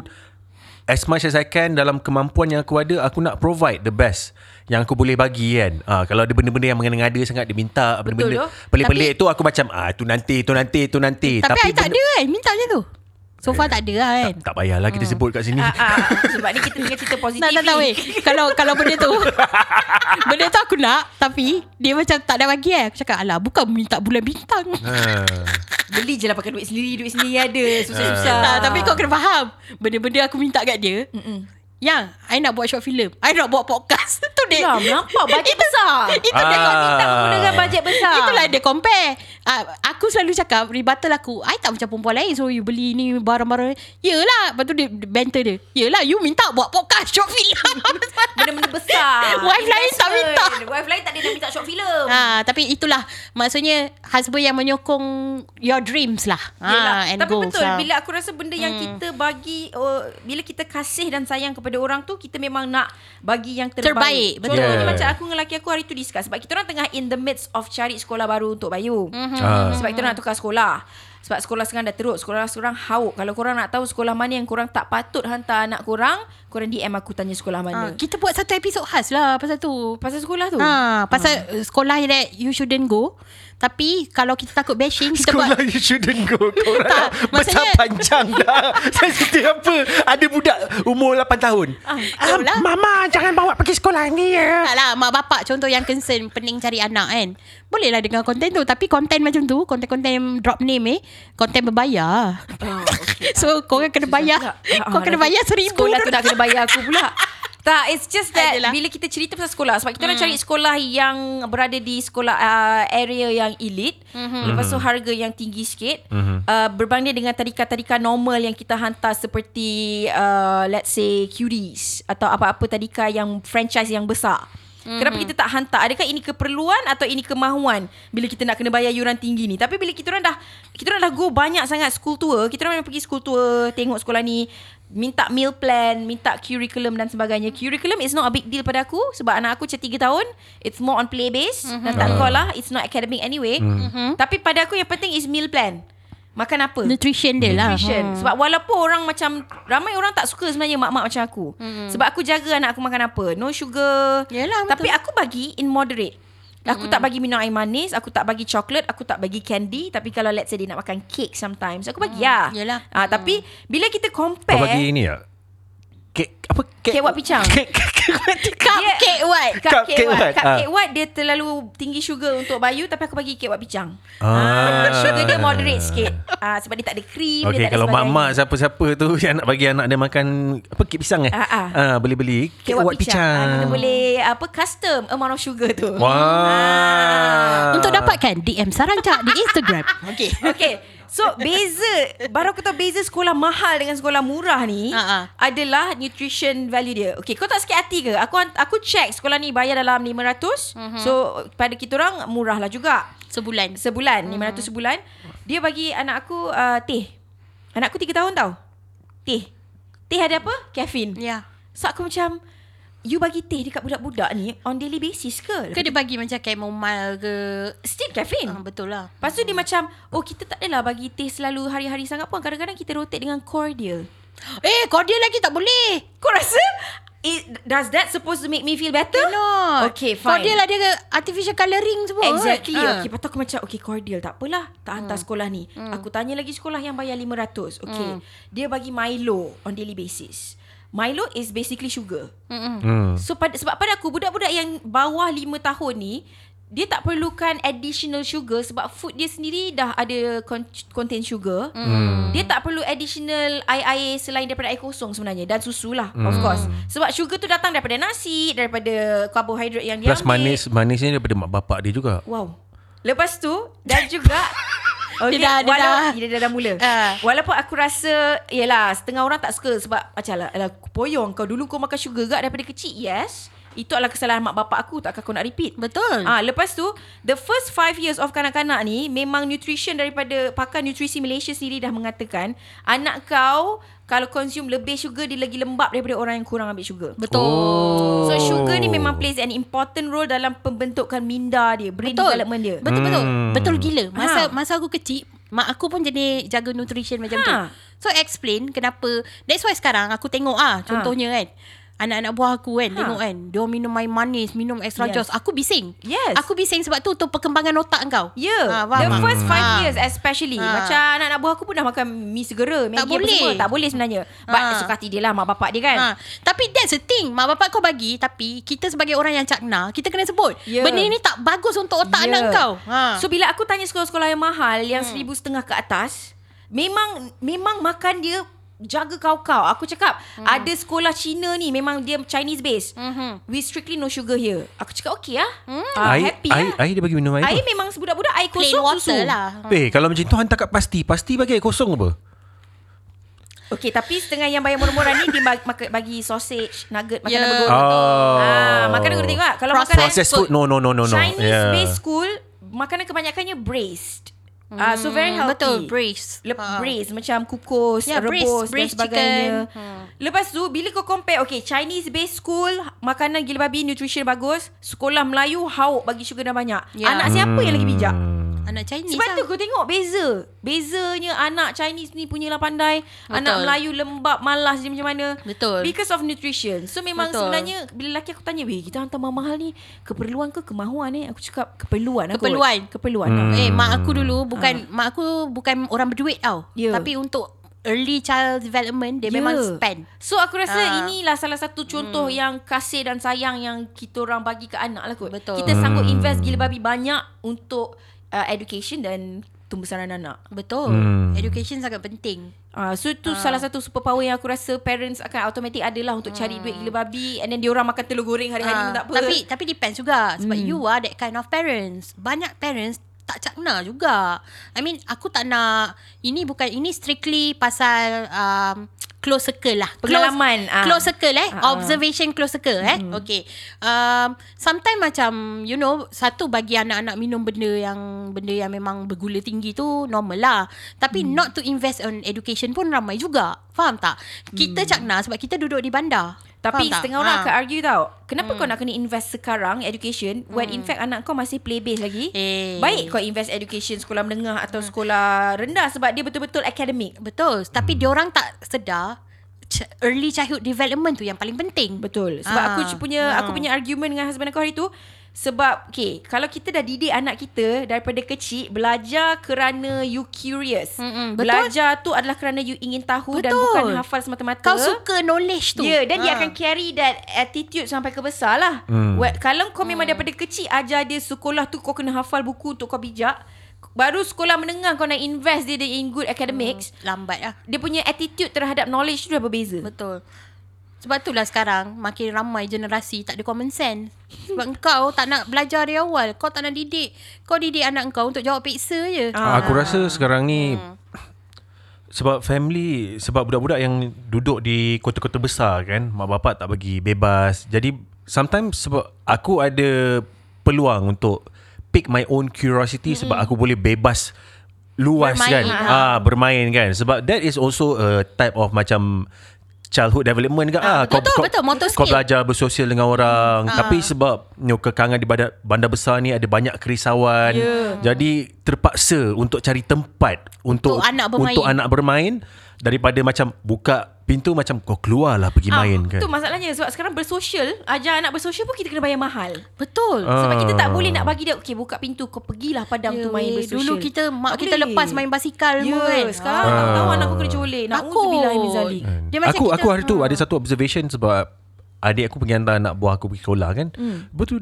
[SPEAKER 4] as much as I can dalam kemampuan yang aku ada aku nak provide the best yang aku boleh bagi kan. Ah kalau ada benda-benda yang mengada-ngada sangat dia minta
[SPEAKER 3] Betul
[SPEAKER 4] benda-benda
[SPEAKER 3] tu.
[SPEAKER 4] pelik-pelik tu aku macam ah tu nanti tu nanti tu nanti
[SPEAKER 1] Tapi, Tapi I
[SPEAKER 4] Eh, benda- Eh.
[SPEAKER 1] tak ada kan, minta macam tu. So far tak ada lah kan.
[SPEAKER 4] tak payahlah kita sebut kat sini.
[SPEAKER 3] Ah, ah, sebab ni kita tengah cerita positif.
[SPEAKER 1] Tak, tak, tak,
[SPEAKER 3] ni.
[SPEAKER 1] weh. eh? Kalau, kalau benda tu, benda tu aku nak, tapi dia macam tak ada bagi eh. Aku cakap, alah, bukan minta bulan bintang.
[SPEAKER 4] Ah.
[SPEAKER 3] Beli je lah pakai duit sendiri Duit sendiri ada Susah-susah
[SPEAKER 1] Ah, tapi kau kena faham, benda-benda aku minta kat dia, Mm-mm. Yang I nak buat short film I nak buat podcast Tu dia
[SPEAKER 3] Dah nampak Bajet besar Ah.
[SPEAKER 1] Itu dia
[SPEAKER 4] Ah.
[SPEAKER 1] kau minta
[SPEAKER 3] Menggunakan bajet besar
[SPEAKER 1] Itulah dia compare uh, Aku selalu cakap Rebuttal aku I tak macam perempuan lain So you beli ni Barang-barang Yelah Lepas tu dia dia banter dia Yelah you minta buat podcast Short film
[SPEAKER 3] Benda-benda besar
[SPEAKER 1] Wife lain tak minta.
[SPEAKER 3] Investment. Wife lain tak ada nak minta short film
[SPEAKER 1] ha, Tapi itulah Maksudnya Husband yang menyokong Your dreams lah ha,
[SPEAKER 3] Yelah.
[SPEAKER 1] and
[SPEAKER 3] Tapi
[SPEAKER 1] goals
[SPEAKER 3] betul
[SPEAKER 1] lah.
[SPEAKER 3] Bila aku rasa benda yang kita bagi uh, Bila kita kasih dan sayang kepada orang tu Kita memang nak Bagi yang terbaik,
[SPEAKER 1] Terbaik, betul.
[SPEAKER 3] Contohnya
[SPEAKER 4] Yeah.
[SPEAKER 3] macam aku dengan lelaki aku Hari tu discuss Sebab kita orang tengah in the midst of Cari sekolah baru untuk Bayu
[SPEAKER 1] Mhm.
[SPEAKER 3] mm-hmm.
[SPEAKER 4] Ah.
[SPEAKER 3] Sebab kita nak tukar sekolah sebab sekolah sekarang dah teruk Sekolah sekarang hauk Kalau korang nak tahu Sekolah mana yang korang tak patut Hantar anak korang Korang DM aku Tanya sekolah
[SPEAKER 1] ha,
[SPEAKER 3] mana
[SPEAKER 1] Kita buat satu episod khas lah Pasal tu
[SPEAKER 3] Pasal sekolah tu
[SPEAKER 1] Ha, pasal ha. sekolah that you shouldn't go. Tapi kalau kita takut bashing, kita buat
[SPEAKER 2] Sekolah you shouldn't go Korang tak,
[SPEAKER 1] Tak,
[SPEAKER 2] besar
[SPEAKER 1] maksudnya-
[SPEAKER 2] panjang dah Saya seperti apa Ada budak umur 8 tahun
[SPEAKER 3] Ah,
[SPEAKER 2] Ah,
[SPEAKER 1] betul lah.
[SPEAKER 2] Mama jangan bawa pergi sekolah ni ya
[SPEAKER 1] Tak lah Mak bapak contoh yang concern Pening cari anak kan Boleh lah dengar konten tu Tapi konten macam tu Konten-konten yang drop name eh Konten berbayar
[SPEAKER 3] Ah, okay.
[SPEAKER 1] So korang kena bayar
[SPEAKER 3] Susah pula.
[SPEAKER 1] Kau kena
[SPEAKER 3] dah-
[SPEAKER 1] bayar seribu
[SPEAKER 3] Ya. Sekolah tu nak kena bayar aku pula tak, it's just that
[SPEAKER 1] Adalah.
[SPEAKER 3] Adalah. bila kita cerita pasal sekolah sebab kita hmm. nak cari sekolah yang berada di sekolah uh, area yang elite, mm-hmm. lepas tu harga yang tinggi sikit, mm-hmm. uh, berbanding dengan tadika-tadika normal yang kita hantar seperti uh, let's say Curies atau apa-apa tadika yang franchise yang besar. Mm-hmm. Kenapa kita tak hantar? Adakah ini keperluan atau ini kemahuan bila kita nak kena bayar yuran tinggi ni? Tapi bila kita orang dah kita orang dah go banyak sangat school tour, kita orang memang pergi school tour, tengok sekolah ni, minta meal plan, minta curriculum dan sebagainya. Curriculum is not a big deal pada aku sebab anak aku macam 3 tahun, it's more on play based mm-hmm. dan tak
[SPEAKER 4] Ah.
[SPEAKER 3] kau lah, it's not academic anyway. Mm-hmm. Tapi pada aku yang penting is meal plan. Makan apa?
[SPEAKER 1] Nutrition dia lah
[SPEAKER 3] Nutrition. Hmm. Sebab walaupun orang macam ramai orang tak suka sebenarnya mak-mak macam aku. Hmm. Sebab aku jaga anak aku makan apa. No sugar.
[SPEAKER 1] Yelah,
[SPEAKER 3] Tapi aku bagi in moderate. Aku tak bagi minum air manis, aku tak bagi coklat, aku tak bagi candy, tapi kalau let's say dia nak makan cake sometimes, aku bagi lah.
[SPEAKER 1] Yelah.
[SPEAKER 3] Ah, tapi bila kita compare
[SPEAKER 4] Kau bagi ni ya? Kek apa kek?
[SPEAKER 3] eh? Kek wak pincang.
[SPEAKER 4] Kek kek kek wak pincang.
[SPEAKER 1] Cupcake what?
[SPEAKER 3] Cupcake
[SPEAKER 2] Cupcake
[SPEAKER 3] Watt
[SPEAKER 2] Watt,
[SPEAKER 3] Cupcake Watt dia terlalu tinggi sugar untuk Bayu Tapi aku bagi cake Watt picang
[SPEAKER 4] Ah.
[SPEAKER 3] Sugar dia moderate sikit ah, Sebab dia tak ada cream
[SPEAKER 4] Okey
[SPEAKER 3] dia tak ada
[SPEAKER 4] kalau
[SPEAKER 3] sebagainya.
[SPEAKER 4] mak-mak siapa-siapa tu yang nak bagi anak dia makan apa kek pisang eh?
[SPEAKER 3] Ah, ah.
[SPEAKER 4] ah beli-beli kek wak
[SPEAKER 3] Ah, Kita
[SPEAKER 4] pincang.
[SPEAKER 3] boleh apa custom amount of sugar tu. Ah.
[SPEAKER 4] Wah.
[SPEAKER 1] Untuk dapatkan DM Sarancak di Instagram Okay
[SPEAKER 3] Okay. So beza Baru aku tahu beza sekolah mahal Dengan sekolah murah ni
[SPEAKER 1] Ha, ha.
[SPEAKER 3] Adalah nutrition value dia Okay kau tak sakit hati ke Aku hant- aku check sekolah ni bayar dalam 500 So pada kita orang murah lah juga
[SPEAKER 1] Sebulan Hmm.
[SPEAKER 3] Sebulan 500 sebulan Dia bagi anak aku uh, teh Anak aku 3 tahun tau teh. Teh ada apa? Caffeine.
[SPEAKER 1] Ya.
[SPEAKER 3] So aku macam You bagi teh dekat budak-budak ni On daily basis ke?
[SPEAKER 1] Ke dia bagi macam chamomile ke?
[SPEAKER 3] Still caffeine
[SPEAKER 1] Ah, betul lah.
[SPEAKER 3] Lepas tu dia macam Oh kita tak adalah bagi teh selalu hari-hari sangat pun Kadang-kadang kita rotate dengan cordial
[SPEAKER 1] Eh, cordial lagi tak boleh.
[SPEAKER 3] Kau rasa it, Does that supposed to make me feel better?
[SPEAKER 1] No.
[SPEAKER 3] Okay fine
[SPEAKER 1] Cordial ada lah, ke artificial colouring semua.
[SPEAKER 3] Exactly
[SPEAKER 1] Ah.
[SPEAKER 3] ha. Okay Lepas tu aku macam Okay cordial tak apalah Tak hantar hmm. sekolah ni hmm. Aku tanya lagi sekolah Yang bayar RM500 Okay hmm. Dia bagi Milo On daily basis Milo is basically sugar
[SPEAKER 4] Hmm.
[SPEAKER 3] So pada, sebab pada aku Budak-budak yang Bawah 5 tahun ni Dia tak perlukan Additional sugar Sebab food dia sendiri Dah ada con- Contain sugar Dia tak perlu additional Air air Selain daripada air kosong sebenarnya Dan susu lah
[SPEAKER 4] Hmm.
[SPEAKER 3] Of course Sebab sugar tu datang Daripada nasi Daripada Karbohidrat yang dia
[SPEAKER 4] Plus
[SPEAKER 3] ambil
[SPEAKER 4] manis manis ni daripada mak bapak dia juga.
[SPEAKER 3] Wow. Lepas tu dan juga Okay,
[SPEAKER 1] Dia dah- dia dah-
[SPEAKER 3] dia dah, dah mula.
[SPEAKER 1] Ah.
[SPEAKER 3] Walaupun aku rasa Yelah setengah orang tak suka sebab macam lah, lah poyong kau dulu kau makan sugar gak daripada kecil. Yes. Itu adalah kesalahan mak bapak aku takkan kau nak repeat.
[SPEAKER 1] Betul.
[SPEAKER 3] Ah lepas tu the first five years of kanak-kanak ni memang nutrition daripada pakar nutrisi Malaysia sendiri dah mengatakan anak kau kalau consume lebih sugar dia lagi lembab daripada orang yang kurang ambil sugar.
[SPEAKER 1] Betul.
[SPEAKER 4] Oh.
[SPEAKER 3] So sugar ni memang plays an important role dalam pembentukan minda dia, brain
[SPEAKER 1] Betul.
[SPEAKER 3] development dia.
[SPEAKER 1] Betul betul.
[SPEAKER 4] Hmm.
[SPEAKER 1] Betul gila. Masa
[SPEAKER 3] Ha.
[SPEAKER 1] masa aku kecil, mak aku pun jadi jaga nutrition macam
[SPEAKER 3] Ha.
[SPEAKER 1] tu. So explain kenapa. That's why sekarang aku tengok
[SPEAKER 3] Ha.
[SPEAKER 1] ah contohnya kan. Anak-anak buah aku kan Tengok kan Dia minum air manis Minum extra yes.
[SPEAKER 3] Yes.
[SPEAKER 1] Aku bising
[SPEAKER 3] Yes.
[SPEAKER 1] Aku bising sebab tu Untuk perkembangan otak kau
[SPEAKER 3] Yeah,
[SPEAKER 1] Ah, faham
[SPEAKER 3] Ya. the
[SPEAKER 1] tak?
[SPEAKER 3] first five
[SPEAKER 1] Ah.
[SPEAKER 3] years especially.
[SPEAKER 1] Ha.
[SPEAKER 3] Macam anak-anak buah aku pun dah makan mi segera, Maggi apa
[SPEAKER 1] boleh.
[SPEAKER 3] semua. Tak boleh sebenarnya. But
[SPEAKER 1] Ha.
[SPEAKER 3] suka hati dia lah mak bapak dia kan.
[SPEAKER 1] Ha. Tapi that's the thing Mak bapak kau bagi Tapi kita sebagai orang yang cakna Kita kena sebut
[SPEAKER 3] Ya.
[SPEAKER 1] yeah. Benda ni tak bagus Untuk otak yeah. anak kau Hmm. ha.
[SPEAKER 3] So bila aku tanya sekolah-sekolah yang mahal yang seribu setengah ke atas, memang memang makan dia jaga kau-kau. Aku cakap hmm. ada sekolah Cina ni memang dia Chinese based.
[SPEAKER 1] Mhm.
[SPEAKER 3] We strictly no sugar here. Aku cakap okay lah. Hmm.
[SPEAKER 4] air,
[SPEAKER 3] happy
[SPEAKER 4] air,
[SPEAKER 3] lah.
[SPEAKER 4] air dia bagi minum air.
[SPEAKER 3] Air
[SPEAKER 4] apa?
[SPEAKER 3] memang budak-budak air
[SPEAKER 1] Plain
[SPEAKER 3] kosong
[SPEAKER 1] water
[SPEAKER 3] susu.
[SPEAKER 1] lah
[SPEAKER 4] Eh, kalau macam tu hantar kat pasti. Pasti bagi air kosong apa?
[SPEAKER 3] Okey, tapi setengah yang bayar murah-murah ni dia bagi, bagi sausage, nugget, makanan
[SPEAKER 1] Ya.
[SPEAKER 3] bergurau.
[SPEAKER 4] Oh.
[SPEAKER 3] Ah, makanan kau tengok tak? Kalau
[SPEAKER 1] Processed
[SPEAKER 3] makanan
[SPEAKER 4] Processed food. No, no, no, no, no.
[SPEAKER 3] Chinese based school, makanan kebanyakannya braised. Ah, so very
[SPEAKER 1] Hmm,
[SPEAKER 3] healthy.
[SPEAKER 1] Betul brace
[SPEAKER 3] Le- braised macam kukus,
[SPEAKER 1] Ya, braised-
[SPEAKER 3] rebus
[SPEAKER 1] braised
[SPEAKER 3] dan sebagainya. Hmm.
[SPEAKER 1] chicken.
[SPEAKER 3] Lepas tu bila kau compare okay Chinese based school makanan gila babi nutrition bagus, sekolah Melayu hauk bagi sugar dan banyak.
[SPEAKER 1] Ya.
[SPEAKER 3] Anak siapa yang lagi bijak?
[SPEAKER 4] Hmm.
[SPEAKER 1] Anak Chinese
[SPEAKER 3] Sebab
[SPEAKER 1] lah.
[SPEAKER 3] tu kau tengok beza Bezanya anak Chinese ni punyalah pandai Betul. Anak Melayu lembab malas dia macam mana
[SPEAKER 1] Betul.
[SPEAKER 3] Because of nutrition So memang
[SPEAKER 1] Betul.
[SPEAKER 3] Betul. sebenarnya Bila lelaki aku tanya Weh kita hantar mahal ni Keperluan ke kemahuan eh Aku cakap keperluan aku
[SPEAKER 1] Keperluan.
[SPEAKER 3] Keperluan hmm.
[SPEAKER 1] Eh mak aku dulu bukan mak aku bukan orang berduit tau.
[SPEAKER 3] Ah. Ya.
[SPEAKER 1] Tapi untuk early child development dia
[SPEAKER 3] Ya.
[SPEAKER 1] memang spend.
[SPEAKER 3] So aku rasa
[SPEAKER 1] Ah.
[SPEAKER 3] inilah salah satu contoh hmm. yang kasih dan sayang yang kita orang bagi ke anak lah kot.
[SPEAKER 1] Betul.
[SPEAKER 3] Kita sanggup invest gila babi banyak untuk uh, education dan tumbesaran anak.
[SPEAKER 1] Betul.
[SPEAKER 4] Hmm.
[SPEAKER 1] Education sangat penting.
[SPEAKER 3] Ah, so tu salah satu superpower yang aku rasa parents akan automatic adalah untuk cari duit gila babi and then diorang makan telur goreng
[SPEAKER 1] Ah,
[SPEAKER 3] hari-hari pun Kan tak apa. Hmm.
[SPEAKER 1] Tapi tapi depends juga sebab you are that kind of parents. Banyak parents tak cakna juga. I mean aku tak nak ini bukan ini strictly pasal um, close circle lah. Close-
[SPEAKER 3] Pengalaman, ah.
[SPEAKER 1] Close circle eh.
[SPEAKER 3] Ah, Mm-hmm. ah.
[SPEAKER 1] Observation close circle eh. Okay. Um, sometimes macam you know satu bagi anak-anak minum benda yang benda yang memang bergula tinggi tu normal lah.
[SPEAKER 3] Mm.
[SPEAKER 1] Tapi not to invest on education pun ramai juga. Faham tak? Kita cakna sebab kita duduk di bandar.
[SPEAKER 3] Mm. tapi
[SPEAKER 1] Faham tak?
[SPEAKER 3] setengah orang
[SPEAKER 1] Ah. Hmm.
[SPEAKER 3] akan argue tau. Kenapa kau nak kena invest sekarang education when in fact anak kau masih play base lagi?
[SPEAKER 1] Eh. Hmm.
[SPEAKER 3] Baik kau invest education sekolah menengah atau sekolah rendah sebab dia betul-betul academic.
[SPEAKER 1] Betul.
[SPEAKER 3] Mm.
[SPEAKER 1] Tapi diorang tak sedar ch- early childhood development tu yang paling penting.
[SPEAKER 3] Betul. Sebab
[SPEAKER 1] Ah.
[SPEAKER 3] aku cu- punya aku punya argument dengan husband aku hari tu sebab okay, kalau kita dah didik anak kita daripada kecil belajar kerana you curious.
[SPEAKER 1] Mm-mm, betul.
[SPEAKER 3] belajar tu adalah kerana you ingin tahu dan
[SPEAKER 1] Betul.
[SPEAKER 3] bukan hafal semata-mata.
[SPEAKER 1] Kau suka knowledge tu. Ah.
[SPEAKER 3] Ya, yeah, dan dia akan carry that attitude sampai ke besar lah. Mm. What, kalau kau memang
[SPEAKER 1] Hmm.
[SPEAKER 3] daripada kecil ajar dia sekolah tu kau kena hafal buku untuk kau bijak, baru sekolah menengah kau nak invest dia in good academics,
[SPEAKER 1] lambat lah.
[SPEAKER 3] dia punya attitude terhadap knowledge tu dah berbeza.
[SPEAKER 1] Betul. Sebab itulah sekarang makin ramai generasi tak ada common sense. Sebab kau tak nak belajar dari awal. Kau tak nak didik. Kau didik anak kau untuk jawab peksa je.
[SPEAKER 4] Ah. Aku rasa sekarang ni sebab family sebab budak-budak yang duduk di kota-kota besar kan mak bapak tak bagi bebas. Jadi sometimes sebab aku ada peluang untuk pick my own curiosity mm sebab aku boleh bebas luas bermain,
[SPEAKER 1] Bermain,
[SPEAKER 4] kan
[SPEAKER 1] ah.
[SPEAKER 4] ah bermain kan sebab that is also a type of macam childhood development juga ah,
[SPEAKER 1] Ah, betul, betul, motor
[SPEAKER 4] kau
[SPEAKER 1] skill.
[SPEAKER 4] belajar bersosial dengan orang
[SPEAKER 1] Hmm.
[SPEAKER 4] tapi
[SPEAKER 1] Ah.
[SPEAKER 4] sebab you know, kekangan di bandar, bandar besar ni ada banyak kerisauan yeah. jadi terpaksa untuk cari tempat untuk
[SPEAKER 1] Ya. Untuk anak bermain.
[SPEAKER 4] untuk anak bermain daripada macam buka pintu macam kau keluarlah
[SPEAKER 1] Ah,
[SPEAKER 4] pergi main kan
[SPEAKER 3] Itu Ah, masalahnya sebab sekarang bersosial, ajar anak bersosial pun kita kena bayar mahal.
[SPEAKER 1] Betul.
[SPEAKER 4] Ah.
[SPEAKER 3] Sebab kita tak boleh nak bagi dia Okay buka pintu Kau pergilah padang
[SPEAKER 1] Ya,
[SPEAKER 3] tu main
[SPEAKER 1] weh.
[SPEAKER 3] bersosial
[SPEAKER 1] Dulu kita- mak
[SPEAKER 3] Tak
[SPEAKER 1] kita
[SPEAKER 3] boleh.
[SPEAKER 1] lepas main basikal
[SPEAKER 3] Ya
[SPEAKER 1] semua kan.
[SPEAKER 3] Sekarang
[SPEAKER 4] Ah.
[SPEAKER 3] tahu-tahu anak aku kena colek Na'udzubillah min zalik
[SPEAKER 1] Dia
[SPEAKER 4] Kan.
[SPEAKER 1] macam
[SPEAKER 4] aku
[SPEAKER 1] kita, Ah.
[SPEAKER 4] aku hari tu ada satu observation sebab adik aku pergi hantar anak buah aku pergi sekolah kan. Hmm. Lepas tu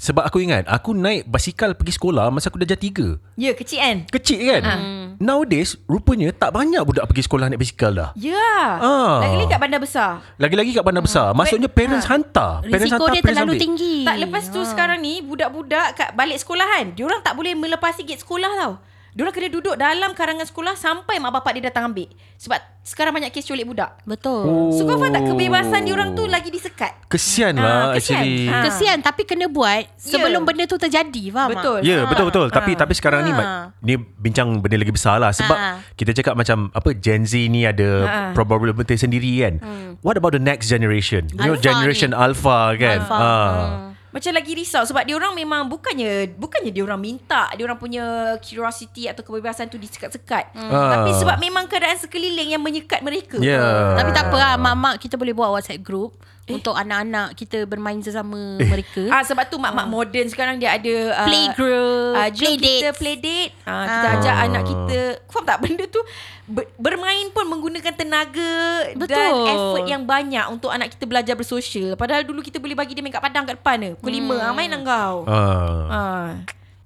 [SPEAKER 4] sebab aku ingat aku naik basikal pergi sekolah masa aku darjah tiga
[SPEAKER 3] Ya kecil kan
[SPEAKER 4] Kecil kan?
[SPEAKER 1] Ah. Hmm.
[SPEAKER 4] Nowadays rupanya tak banyak budak pergi sekolah naik basikal dah.
[SPEAKER 3] Ya
[SPEAKER 4] Ah.
[SPEAKER 3] Lagi-lagi kat bandar besar
[SPEAKER 4] Lagi-lagi kat bandar besar. Maksudnya parents hantar. Parents
[SPEAKER 1] Hmm. ha. Risiko
[SPEAKER 4] hantar,
[SPEAKER 1] dia
[SPEAKER 4] parents
[SPEAKER 1] terlalu
[SPEAKER 4] ambil.
[SPEAKER 1] tinggi.
[SPEAKER 3] Tak lepas
[SPEAKER 1] ah.
[SPEAKER 3] tu sekarang ni Budak-budak kat balik sekolahan Diorang tak boleh melepasi gate sekolah tau Diorang kena duduk dalam karangan sekolah Sampai mak bapak dia datang ambil Sebab sekarang banyak kes culik budak
[SPEAKER 4] Oh.
[SPEAKER 1] Betul.
[SPEAKER 3] So kau faham tak kebebasan diorang tu lagi disekat
[SPEAKER 1] Ha,
[SPEAKER 4] Kesian
[SPEAKER 3] Ah,
[SPEAKER 4] lah
[SPEAKER 3] kesian.
[SPEAKER 4] actually.
[SPEAKER 3] Ah.
[SPEAKER 1] Kesian tapi kena buat sebelum
[SPEAKER 3] Ya.
[SPEAKER 1] benda tu terjadi, faham tak?
[SPEAKER 3] Betul.
[SPEAKER 4] Ya, yeah,
[SPEAKER 3] Ha.
[SPEAKER 4] betul betul. Tapi tapi sekarang ni Mat,
[SPEAKER 1] Ha.
[SPEAKER 4] ni bincang benda lagi besar lah sebab
[SPEAKER 1] Ha.
[SPEAKER 4] kita cakap macam apa Gen Z ni ada
[SPEAKER 3] Ha.
[SPEAKER 4] probability sendiri kan. What about the next generation? You know
[SPEAKER 1] Hmm. Alpha
[SPEAKER 4] generation
[SPEAKER 1] ni.
[SPEAKER 4] alpha kan.
[SPEAKER 1] Alpha. Hmm.
[SPEAKER 4] Ha.
[SPEAKER 3] Macam lagi risau sebab dia orang memang bukannya bukannya dia orang minta, dia orang punya curiosity atau kebebasan tu disekat-sekat.
[SPEAKER 4] Ah.
[SPEAKER 3] Hmm.
[SPEAKER 4] Ya.
[SPEAKER 3] Tapi sebab memang keadaan sekeliling yang menyekat mereka.
[SPEAKER 4] Yeah.
[SPEAKER 1] Tapi tak apa
[SPEAKER 4] Ah.
[SPEAKER 1] lah Mak-mak kita boleh buat WhatsApp group eh. Untuk anak-anak kita bermain sesama eh. mereka
[SPEAKER 3] Ah sebab tu mak-mak modern sekarang dia ada ah,
[SPEAKER 1] Playgroup
[SPEAKER 3] Ah,
[SPEAKER 1] uh,
[SPEAKER 3] jom kita play date ah, Kita
[SPEAKER 1] Ah.
[SPEAKER 3] ajak anak kita Faham tak benda tu ber- Bermain pun menggunakan tenaga Dan
[SPEAKER 1] Betul.
[SPEAKER 3] effort yang banyak Untuk anak kita belajar bersosial Padahal dulu kita boleh bagi dia main kat padang kat depan ni Pukul hmm. 5 ah, Main lah kau
[SPEAKER 4] Ha.
[SPEAKER 3] ah.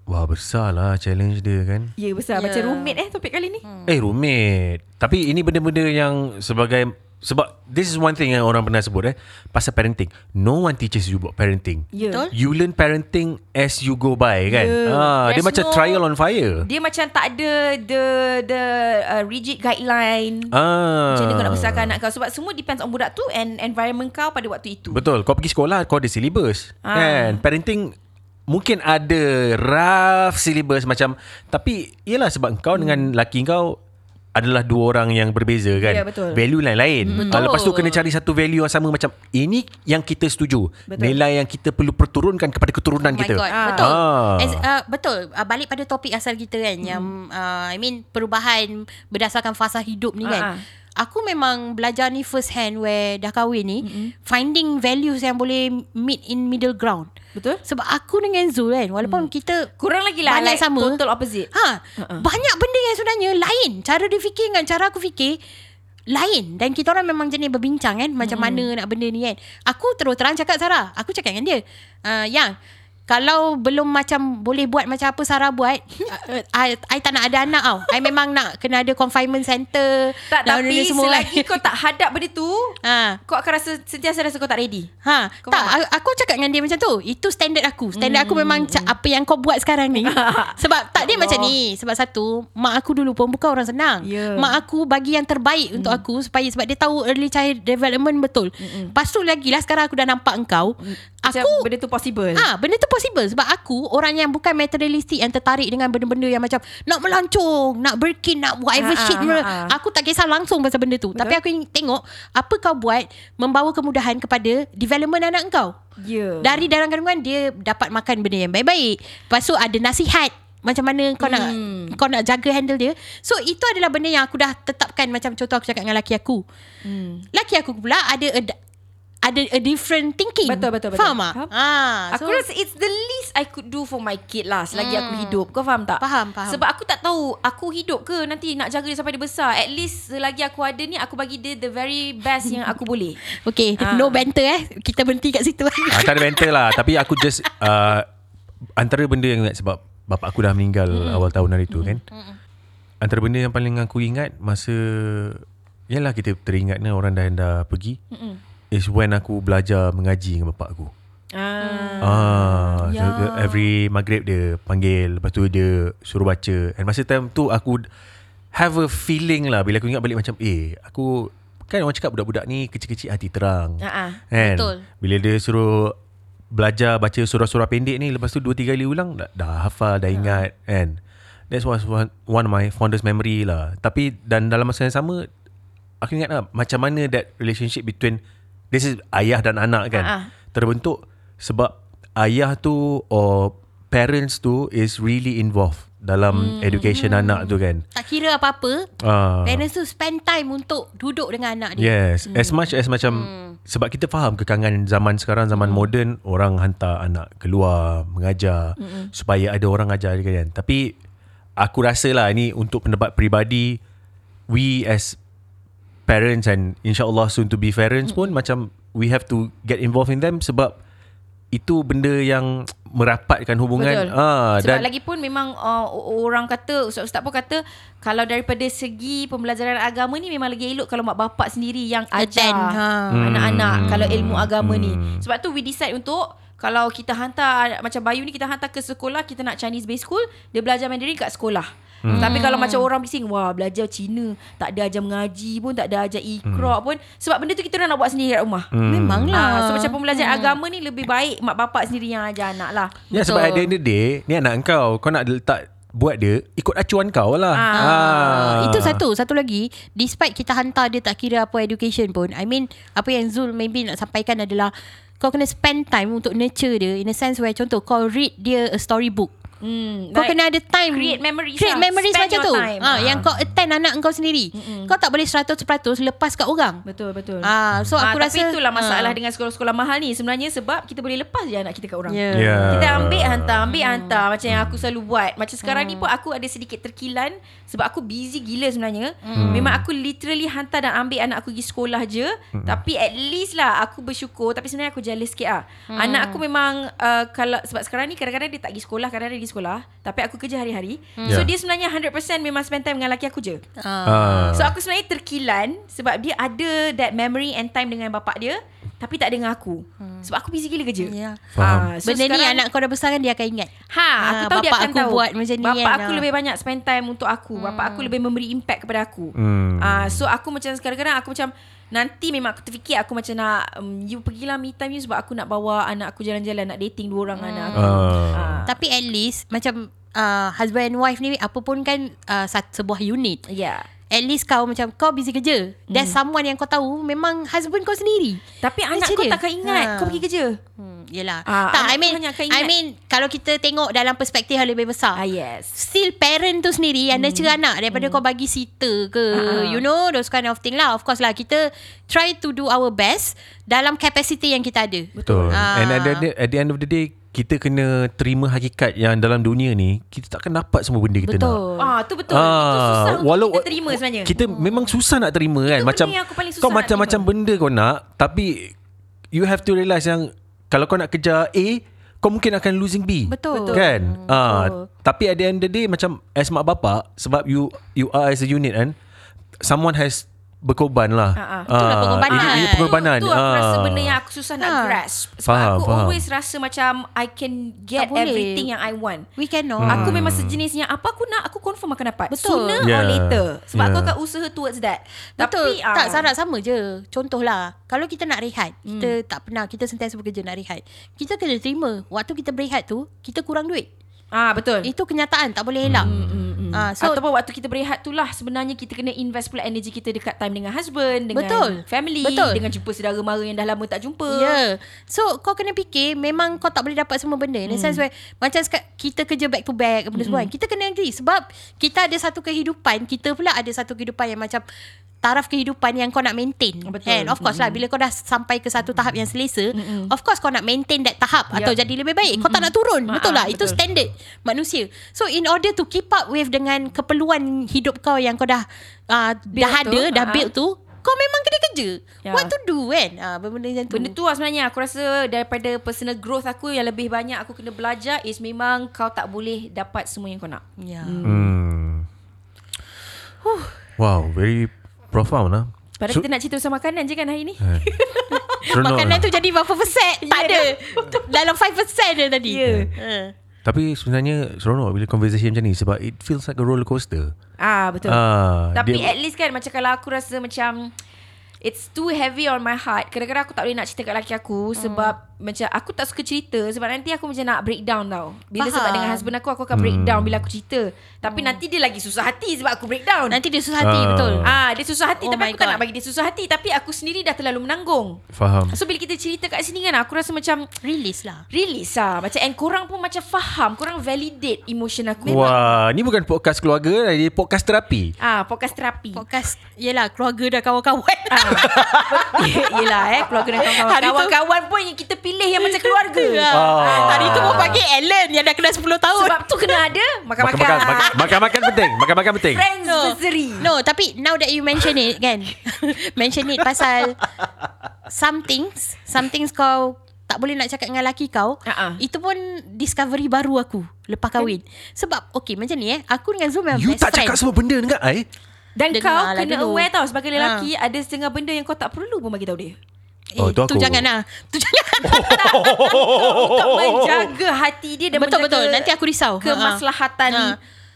[SPEAKER 4] Wah, besar lah challenge dia kan.
[SPEAKER 3] Ya besar
[SPEAKER 1] Ya.
[SPEAKER 3] Macam roommate eh topik kali ni
[SPEAKER 4] Eh roommate Tapi ini benda-benda yang Sebagai Sebab This is one thing yang orang pernah sebut eh Pasal parenting No one teaches you about parenting
[SPEAKER 3] Ya.
[SPEAKER 1] Betul.
[SPEAKER 4] You learn parenting As you go by kan
[SPEAKER 3] Ya.
[SPEAKER 4] ah, Dia
[SPEAKER 3] There's
[SPEAKER 4] macam
[SPEAKER 3] no-
[SPEAKER 4] trial on fire
[SPEAKER 3] Dia macam tak ada the the uh, rigid guideline. Uh.
[SPEAKER 4] ah.
[SPEAKER 3] Macam mana kau nak besarkan anak kau Sebab semua depends on budak tu And environment kau pada waktu itu
[SPEAKER 4] Betul Kau pergi sekolah Kau ada syllabus ah. Kan Parenting Mungkin ada Rough syllabus Macam Tapi Yelah sebab kau dengan laki kau adalah dua orang yang berbeza kan
[SPEAKER 3] Ya, betul.
[SPEAKER 4] Value lain-lain
[SPEAKER 1] Betul.
[SPEAKER 4] betul. Lepas tu kena cari satu value yang sama Macam ini yang kita setuju
[SPEAKER 3] Betul.
[SPEAKER 4] Nilai yang kita perlu perturunkan kepada keturunan
[SPEAKER 1] Oh my
[SPEAKER 4] kita
[SPEAKER 1] God.
[SPEAKER 3] Ah.
[SPEAKER 1] Betul.
[SPEAKER 4] Ah.
[SPEAKER 1] As, uh, betul. Uh, balik pada topik asal kita kan
[SPEAKER 3] Hmm.
[SPEAKER 1] yang uh, I mean perubahan berdasarkan fasa hidup ni kan.
[SPEAKER 3] Ah, ah.
[SPEAKER 1] Aku memang belajar ni first hand where dah kahwin ni
[SPEAKER 3] Hmm,
[SPEAKER 1] mm-hmm. finding values yang boleh meet in middle ground.
[SPEAKER 3] Betul. Hmm.
[SPEAKER 1] Sebab aku dengan Zul kan walaupun mm. kita
[SPEAKER 3] Kurang lagi lah
[SPEAKER 1] Banyak
[SPEAKER 3] like
[SPEAKER 1] sama.
[SPEAKER 3] Total opposite
[SPEAKER 1] Ha, uh-uh. banyak benda yang sebenarnya lain. Cara dia fikir dengan cara aku fikir lain dan kita orang memang jenis berbincang kan macam
[SPEAKER 3] Hmm.
[SPEAKER 1] mana nak benda ni kan. Aku terus terang cakap Sarah, aku cakap dengan dia, uh, yang kalau belum macam boleh buat macam apa Sarah buat, uh, I, I tak nak ada anak tau. I memang nak kena ada confinement center.
[SPEAKER 3] Tak
[SPEAKER 1] nak benda ni
[SPEAKER 3] tapi Selagi kau tak hadap benda tu
[SPEAKER 1] Ha.
[SPEAKER 3] Kau akan rasa Sentiasa rasa kau tak ready
[SPEAKER 1] Ha,
[SPEAKER 3] Kau
[SPEAKER 1] tak
[SPEAKER 3] faham? Hmm.
[SPEAKER 1] a- aku cakap dengan dia macam tu. Itu standard aku. Standard aku memang ca- apa yang kau buat sekarang ni. sebab tak dia macam ni. Sebab satu, mak aku dulu pun bukan orang senang.
[SPEAKER 3] Ya. Hmm.
[SPEAKER 1] Mak aku bagi yang terbaik untuk aku supaya sebab dia tahu early child development betul. Lepas tu lagi lah sekarang aku dah nampak engkau.
[SPEAKER 3] Mm. Macam
[SPEAKER 1] Aku
[SPEAKER 3] benda tu possible
[SPEAKER 1] Ah, ha, benda tu possible sebab aku orang yang bukan materialistik yang tertarik dengan benda-benda yang macam nak melancong, nak berkin, nak whatever
[SPEAKER 3] Ha, ha,
[SPEAKER 1] shit.
[SPEAKER 3] ha,
[SPEAKER 1] Ha,
[SPEAKER 3] ha.
[SPEAKER 1] Aku tak kisah langsung pasal benda tu. Betul? Tapi aku ingin tengok apa kau buat membawa kemudahan kepada development anak kau.
[SPEAKER 3] Ya
[SPEAKER 1] Dari dalam kandungan dia dapat makan benda yang baik-baik. Lepas tu ada nasihat macam mana kau hmm. nak kau nak jaga handle dia. So itu adalah benda yang aku dah tetapkan macam contoh aku cakap dengan laki aku. Hmm. Laki aku pula ada a, ada a different thinking.
[SPEAKER 3] Betul, betul, betul.
[SPEAKER 1] Faham tak?
[SPEAKER 3] Faham.
[SPEAKER 1] Ah,
[SPEAKER 3] Aku rasa it's the least I could do for my kid lah Selagi hmm. aku hidup Kau faham tak?
[SPEAKER 1] Faham, faham.
[SPEAKER 3] Sebab aku tak tahu Aku hidup ke nanti Nak jaga dia sampai dia besar At least selagi aku ada ni Aku bagi dia the very best Yang aku boleh
[SPEAKER 1] Okay,
[SPEAKER 3] Ah.
[SPEAKER 1] no banter eh. Kita berhenti kat situ.
[SPEAKER 4] ah, Tak ada banter lah Tapi aku just uh, Antara benda yang ingat Sebab Bapak aku dah meninggal
[SPEAKER 3] Hmm.
[SPEAKER 4] Awal tahun hari tu kan Antara benda yang paling aku ingat Masa Yalah kita teringat ni Orang dah dah pergi
[SPEAKER 3] Hmm.
[SPEAKER 4] Is when aku belajar Mengaji dengan bapak aku
[SPEAKER 3] ah.
[SPEAKER 4] Ah,
[SPEAKER 3] Ya.
[SPEAKER 4] yeah. every maghrib dia panggil, lepas tu dia suruh baca. And masa time tu aku have a feeling lah bila aku ingat balik macam eh aku kan orang cakap budak-budak ni kecil-kecil hati terang.
[SPEAKER 3] Ah, ah.
[SPEAKER 4] Kan?
[SPEAKER 1] Betul.
[SPEAKER 4] Bila dia suruh belajar baca surah-surah pendek ni lepas tu 2 3 kali ulang dah, dah hafal dah ingat kan. That was one, one of my fondest memory lah. Tapi dan dalam masa yang sama aku ingat lah macam mana that relationship between this is ayah dan anak kan
[SPEAKER 3] Ah, ah.
[SPEAKER 4] uh-huh. terbentuk sebab ayah tu or parents tu is really involved dalam education anak tu kan.
[SPEAKER 1] Tak kira apa-apa
[SPEAKER 4] Ah.
[SPEAKER 1] Parents tu spend time Untuk duduk dengan anak dia
[SPEAKER 4] Yes, as much as macam sebab kita faham kekangan zaman sekarang zaman moden orang hantar anak keluar mengajar supaya ada orang ajar dia kan. Tapi aku rasa lah ini untuk pendapat peribadi we as parents and insyaallah soon to be parents pun macam we have to get involved in them sebab itu benda yang merapatkan hubungan
[SPEAKER 3] Betul.
[SPEAKER 4] ah
[SPEAKER 3] Sebab lagi pun memang uh, orang kata ustaz-ustaz pun kata kalau daripada segi pembelajaran agama ni memang lagi elok kalau mak bapak sendiri yang ajar
[SPEAKER 1] Attend, ha.
[SPEAKER 3] anak-anak kalau ilmu agama ni. Sebab tu we decide untuk kalau kita hantar macam Bayu ni kita hantar ke sekolah kita nak Chinese based school dia belajar Mandarin kat sekolah. Hmm. Tapi kalau macam orang bising Wah belajar Cina Tak ada ajar mengaji pun Tak ada ajar ikhraq hmm. pun Sebab benda tu kita orang nak buat sendiri kat rumah hmm.
[SPEAKER 1] Memanglah
[SPEAKER 3] So macam pembelajaran hmm. agama ni Lebih baik mak bapak sendiri yang ajar anak lah
[SPEAKER 4] Ya sebab at
[SPEAKER 1] Betul.
[SPEAKER 4] the end of the day Ni anak kau Kau nak letak Buat dia Ikut acuan kau lah ah,
[SPEAKER 1] Ah. Itu satu Satu lagi Despite kita hantar dia Tak kira apa education pun I mean Apa yang Zul maybe nak sampaikan adalah Kau kena spend time Untuk nurture dia In a sense where Contoh kau read dia A storybook
[SPEAKER 3] Hmm,
[SPEAKER 1] Kau kena ada time
[SPEAKER 3] create memories
[SPEAKER 1] Create
[SPEAKER 3] lah.
[SPEAKER 1] memories
[SPEAKER 3] Spend
[SPEAKER 1] macam
[SPEAKER 3] your
[SPEAKER 1] tu
[SPEAKER 3] time. Ah.
[SPEAKER 1] ha, Yang kau attend anak kau sendiri Kau tak boleh 100% lepas kat orang
[SPEAKER 3] Betul betul.
[SPEAKER 1] Ah, so aku
[SPEAKER 3] Ah,
[SPEAKER 1] rasa-
[SPEAKER 3] tapi itulah
[SPEAKER 1] ah.
[SPEAKER 3] masalah dengan sekolah-sekolah mahal ni sebenarnya sebab kita boleh lepas je anak kita kat orang.
[SPEAKER 1] Ya. Hmm.
[SPEAKER 4] Yeah.
[SPEAKER 3] Kita ambil ha. hantar, ambil hantar macam yang aku selalu buat. Macam sekarang ni pun aku ada sedikit terkilan sebab aku busy gila sebenarnya.
[SPEAKER 1] Hmm.
[SPEAKER 3] Memang aku literally hantar dan ambil anak aku pergi sekolah je.
[SPEAKER 1] Hmm.
[SPEAKER 3] Tapi at least lah aku bersyukur tapi sebenarnya aku jealous sikit ah.
[SPEAKER 1] Hmm.
[SPEAKER 3] Anak aku memang uh, kalau sebab sekarang ni kadang-kadang dia tak pergi sekolah, kadang-kadang dia pergi sekolah, tapi aku kerja hari-hari.
[SPEAKER 1] Ya.
[SPEAKER 3] So
[SPEAKER 4] Yeah.
[SPEAKER 3] dia sebenarnya 100% memang spend time dengan laki aku je.
[SPEAKER 4] ah.
[SPEAKER 3] So aku sebenarnya terkilan sebab dia ada that memory and time dengan bapak dia tapi tak dengan aku. Hmm. Sebab aku busy gila kerja. Ah,
[SPEAKER 1] Ya.
[SPEAKER 4] Faham.
[SPEAKER 3] so
[SPEAKER 1] Benda ni
[SPEAKER 3] sekarang-
[SPEAKER 1] anak kau dah besar kan Dia akan ingat
[SPEAKER 3] Ha, aku tahu dia
[SPEAKER 1] bapak
[SPEAKER 3] akan
[SPEAKER 1] aku
[SPEAKER 3] tahu.
[SPEAKER 1] buat macam ni Hmm.
[SPEAKER 3] Bapak
[SPEAKER 1] kan.
[SPEAKER 3] aku
[SPEAKER 1] Ah.
[SPEAKER 3] lebih banyak spend time untuk aku. Bapak aku lebih memberi impact kepada aku.
[SPEAKER 4] Hmm.
[SPEAKER 3] Ah, so aku macam kadang-kadang aku macam nanti memang aku terfikir aku macam nak um, you pergilah me time you sebab aku nak bawa anak aku jalan-jalan nak dating dua orang anak aku.
[SPEAKER 4] Ah.
[SPEAKER 3] Ah.
[SPEAKER 1] Tapi at least Macam uh, Husband and wife ni Apa pun kan uh, sat- Sebuah unit
[SPEAKER 3] Yeah.
[SPEAKER 1] At least kau macam Kau busy kerja There's someone yang kau tahu Memang husband kau sendiri
[SPEAKER 3] Hmm. Tapi anak
[SPEAKER 1] Macam
[SPEAKER 3] kau
[SPEAKER 1] dia.
[SPEAKER 3] takkan ingat
[SPEAKER 1] Ha.
[SPEAKER 3] kau pergi kerja.
[SPEAKER 1] hmm, Yelah
[SPEAKER 3] Ah,
[SPEAKER 1] Tak
[SPEAKER 3] anak
[SPEAKER 1] I mean
[SPEAKER 3] kau hanya akan
[SPEAKER 1] I
[SPEAKER 3] ingat.
[SPEAKER 1] mean Kalau kita tengok Dalam perspektif yang lebih besar
[SPEAKER 3] Ah yes.
[SPEAKER 1] Still parent tu sendiri Yang
[SPEAKER 3] Hmm.
[SPEAKER 1] nurture anak Daripada kau bagi sitter ke
[SPEAKER 3] Ah,
[SPEAKER 1] You know Those kind of thing lah Of course lah Kita try to do our best Dalam capacity yang kita ada
[SPEAKER 4] Betul
[SPEAKER 1] Ah.
[SPEAKER 4] And at the, at the end of the day Kita kena terima hakikat Yang dalam dunia ni Kita takkan dapat semua benda kita nak
[SPEAKER 1] Betul
[SPEAKER 3] Ah tu betul. Itu susah untuk kita terima sebenarnya.
[SPEAKER 4] Kita memang susah nak terima kan.
[SPEAKER 3] Itu
[SPEAKER 4] macam
[SPEAKER 3] benda yang aku paling susah
[SPEAKER 4] kau
[SPEAKER 3] nak
[SPEAKER 4] macam-macam benda kau nak tapi you have to realise yang kalau kau nak kejar A kau mungkin akan losing B.
[SPEAKER 1] Betul. Betul.
[SPEAKER 4] Kan?
[SPEAKER 3] Hmm,
[SPEAKER 4] Ah, tapi at the end of the day macam as mak bapak sebab you you are as a unit kan someone has berkorban lah.
[SPEAKER 3] Ah, ah.
[SPEAKER 1] Itulah pengorbanan.
[SPEAKER 4] Ini, ini pengorbanan.
[SPEAKER 3] Tu, tu aku rasa
[SPEAKER 4] Ah.
[SPEAKER 3] benda yang aku susah nak
[SPEAKER 1] Ha.
[SPEAKER 3] grasp. Sebab
[SPEAKER 4] Faham,
[SPEAKER 3] aku
[SPEAKER 4] faham.
[SPEAKER 3] always rasa macam I can
[SPEAKER 1] Tak
[SPEAKER 3] get
[SPEAKER 1] boleh.
[SPEAKER 3] everything yang I want.
[SPEAKER 1] We
[SPEAKER 4] Hmm.
[SPEAKER 1] cannot
[SPEAKER 3] Hmm. Aku memang sejenisnya apa aku nak aku confirm akan dapat.
[SPEAKER 1] Betul.
[SPEAKER 3] Sooner or
[SPEAKER 4] Yeah.
[SPEAKER 3] later. Sebab aku
[SPEAKER 4] Yeah.
[SPEAKER 3] akan usaha towards that.
[SPEAKER 1] Betul.
[SPEAKER 3] Tapi ah,
[SPEAKER 1] tak Sarah sama je. Contohlah, kalau kita nak rehat, kita
[SPEAKER 3] Hmm.
[SPEAKER 1] tak pernah kita sentiasa bekerja nak rehat. Kita kena terima waktu kita berehat tu, kita kurang duit.
[SPEAKER 3] Ah betul.
[SPEAKER 1] Itu kenyataan, tak boleh elak. Ah,
[SPEAKER 3] So,
[SPEAKER 1] so
[SPEAKER 3] Ataupun waktu kita berehat tu lah Sebenarnya kita kena invest pula energy kita Dekat time dengan husband Dengan
[SPEAKER 1] Betul.
[SPEAKER 3] family
[SPEAKER 1] Betul.
[SPEAKER 3] Dengan jumpa saudara mara yang dah lama tak jumpa
[SPEAKER 1] Ya yeah. So kau kena fikir Memang kau tak boleh dapat semua benda In a sense where
[SPEAKER 3] Hmm.
[SPEAKER 1] Macam seka- kita kerja back to back Benda semua kan. Kita kena agree Sebab Kita ada satu kehidupan Kita pula ada satu kehidupan Yang macam Taraf kehidupan yang kau nak maintain
[SPEAKER 3] Betul. Hmm.
[SPEAKER 1] And of course lah Bila kau dah sampai ke satu tahap yang selesa Of course kau nak maintain that tahap
[SPEAKER 3] Yup.
[SPEAKER 1] Atau jadi lebih baik Kau tak nak turun
[SPEAKER 3] Ah,
[SPEAKER 1] Betul lah
[SPEAKER 3] betul.
[SPEAKER 1] Itu standard manusia So in order to keep up with Dengan keperluan hidup kau Yang kau dah uh, Dah
[SPEAKER 3] Build tu,
[SPEAKER 1] ada Dah
[SPEAKER 3] ah.
[SPEAKER 1] build tu Kau memang kena kerja
[SPEAKER 3] Ya.
[SPEAKER 1] What to do kan uh, Benda macam tu
[SPEAKER 3] Benda tu lah sebenarnya Aku rasa daripada personal growth aku Yang lebih banyak aku kena belajar Is memang kau tak boleh dapat semua yang kau nak
[SPEAKER 1] Ya.
[SPEAKER 4] Hmm. Wow, very profound lah.
[SPEAKER 3] Padahal so, kita nak cerita pasal makanan je kan hari ni
[SPEAKER 1] Eh.
[SPEAKER 4] seronok
[SPEAKER 1] Makanan
[SPEAKER 4] lah.
[SPEAKER 1] tu jadi berapa persen? Tak ada. Dalam 5% dia tadi. Ha.
[SPEAKER 3] Ya.
[SPEAKER 1] Yeah.
[SPEAKER 4] Tapi sebenarnya seronok bila conversation macam ni sebab it feels like a roller coaster.
[SPEAKER 3] Ah betul
[SPEAKER 4] Ah,
[SPEAKER 3] Tapi
[SPEAKER 4] dia-
[SPEAKER 3] at least kan Macam kalau aku rasa macam It's too heavy on my heart Kadang-kadang aku tak boleh nak cerita kat laki
[SPEAKER 1] Hmm.
[SPEAKER 3] aku Sebab macam Aku tak suka cerita Sebab nanti aku macam nak breakdown tau Bila sebab
[SPEAKER 1] Faham. Hmm.
[SPEAKER 3] dengan husband aku Aku akan breakdown bila aku cerita Tapi nanti dia lagi susah hati Sebab aku breakdown
[SPEAKER 1] Nanti dia susah hati
[SPEAKER 4] Ah.
[SPEAKER 1] betul.
[SPEAKER 3] Ah, Dia susah hati
[SPEAKER 1] Oh my
[SPEAKER 3] oh Tapi aku God. tak
[SPEAKER 1] God.
[SPEAKER 3] nak bagi dia susah hati Tapi aku sendiri dah terlalu menanggung
[SPEAKER 4] Faham.
[SPEAKER 3] So bila kita cerita kat sini kan Aku rasa macam
[SPEAKER 1] Release lah.
[SPEAKER 3] Release lah Macam and korang pun macam faham Korang validate emotion aku
[SPEAKER 4] Wah, ni bukan podcast keluarga, ni podcast terapi.
[SPEAKER 3] Ah, podcast terapi
[SPEAKER 1] Podcast Yelah keluarga dan kawan-kawan
[SPEAKER 3] Ah. Yelah eh Keluarga dan kawan-kawan
[SPEAKER 1] Hari tu-
[SPEAKER 3] Kawan-kawan pun yang kita pilih Yang macam keluarga
[SPEAKER 1] Ah. Hari tu pun panggil Alan Yang dah kena 10 tahun
[SPEAKER 3] Sebab tu kena ada
[SPEAKER 4] Makan-makan
[SPEAKER 3] Makan-makan
[SPEAKER 4] makan- makan-makan penting, makan-makan penting.
[SPEAKER 3] Friends
[SPEAKER 1] No.
[SPEAKER 3] nursery
[SPEAKER 1] No tapi Now that you mention it kan Mention it pasal Some things Some things kau Tak boleh nak cakap dengan laki kau
[SPEAKER 3] Ah, ah.
[SPEAKER 1] Itu pun Discovery baru aku Lepas
[SPEAKER 3] Kan?
[SPEAKER 1] kahwin Sebab Okay macam ni eh Aku dengan Zul memang
[SPEAKER 4] You
[SPEAKER 1] best
[SPEAKER 4] tak
[SPEAKER 1] friend
[SPEAKER 4] cakap semua benda dengan I.
[SPEAKER 3] Dan
[SPEAKER 1] Dengar Ha.
[SPEAKER 3] kau
[SPEAKER 1] lah
[SPEAKER 3] kena
[SPEAKER 1] dulu.
[SPEAKER 3] aware tau Sebagai lelaki Ada setengah benda yang kau tak perlu pun bagi tahu dia
[SPEAKER 1] eh,
[SPEAKER 4] Oh, tu
[SPEAKER 1] Tu
[SPEAKER 4] aku.
[SPEAKER 1] jangan lah Tu jangan
[SPEAKER 4] Oh.
[SPEAKER 3] Untuk menjaga hati dia Dan
[SPEAKER 1] Betul,
[SPEAKER 3] menjaga
[SPEAKER 1] betul. Nanti aku risau.
[SPEAKER 3] Kemaslahatan
[SPEAKER 1] Ha.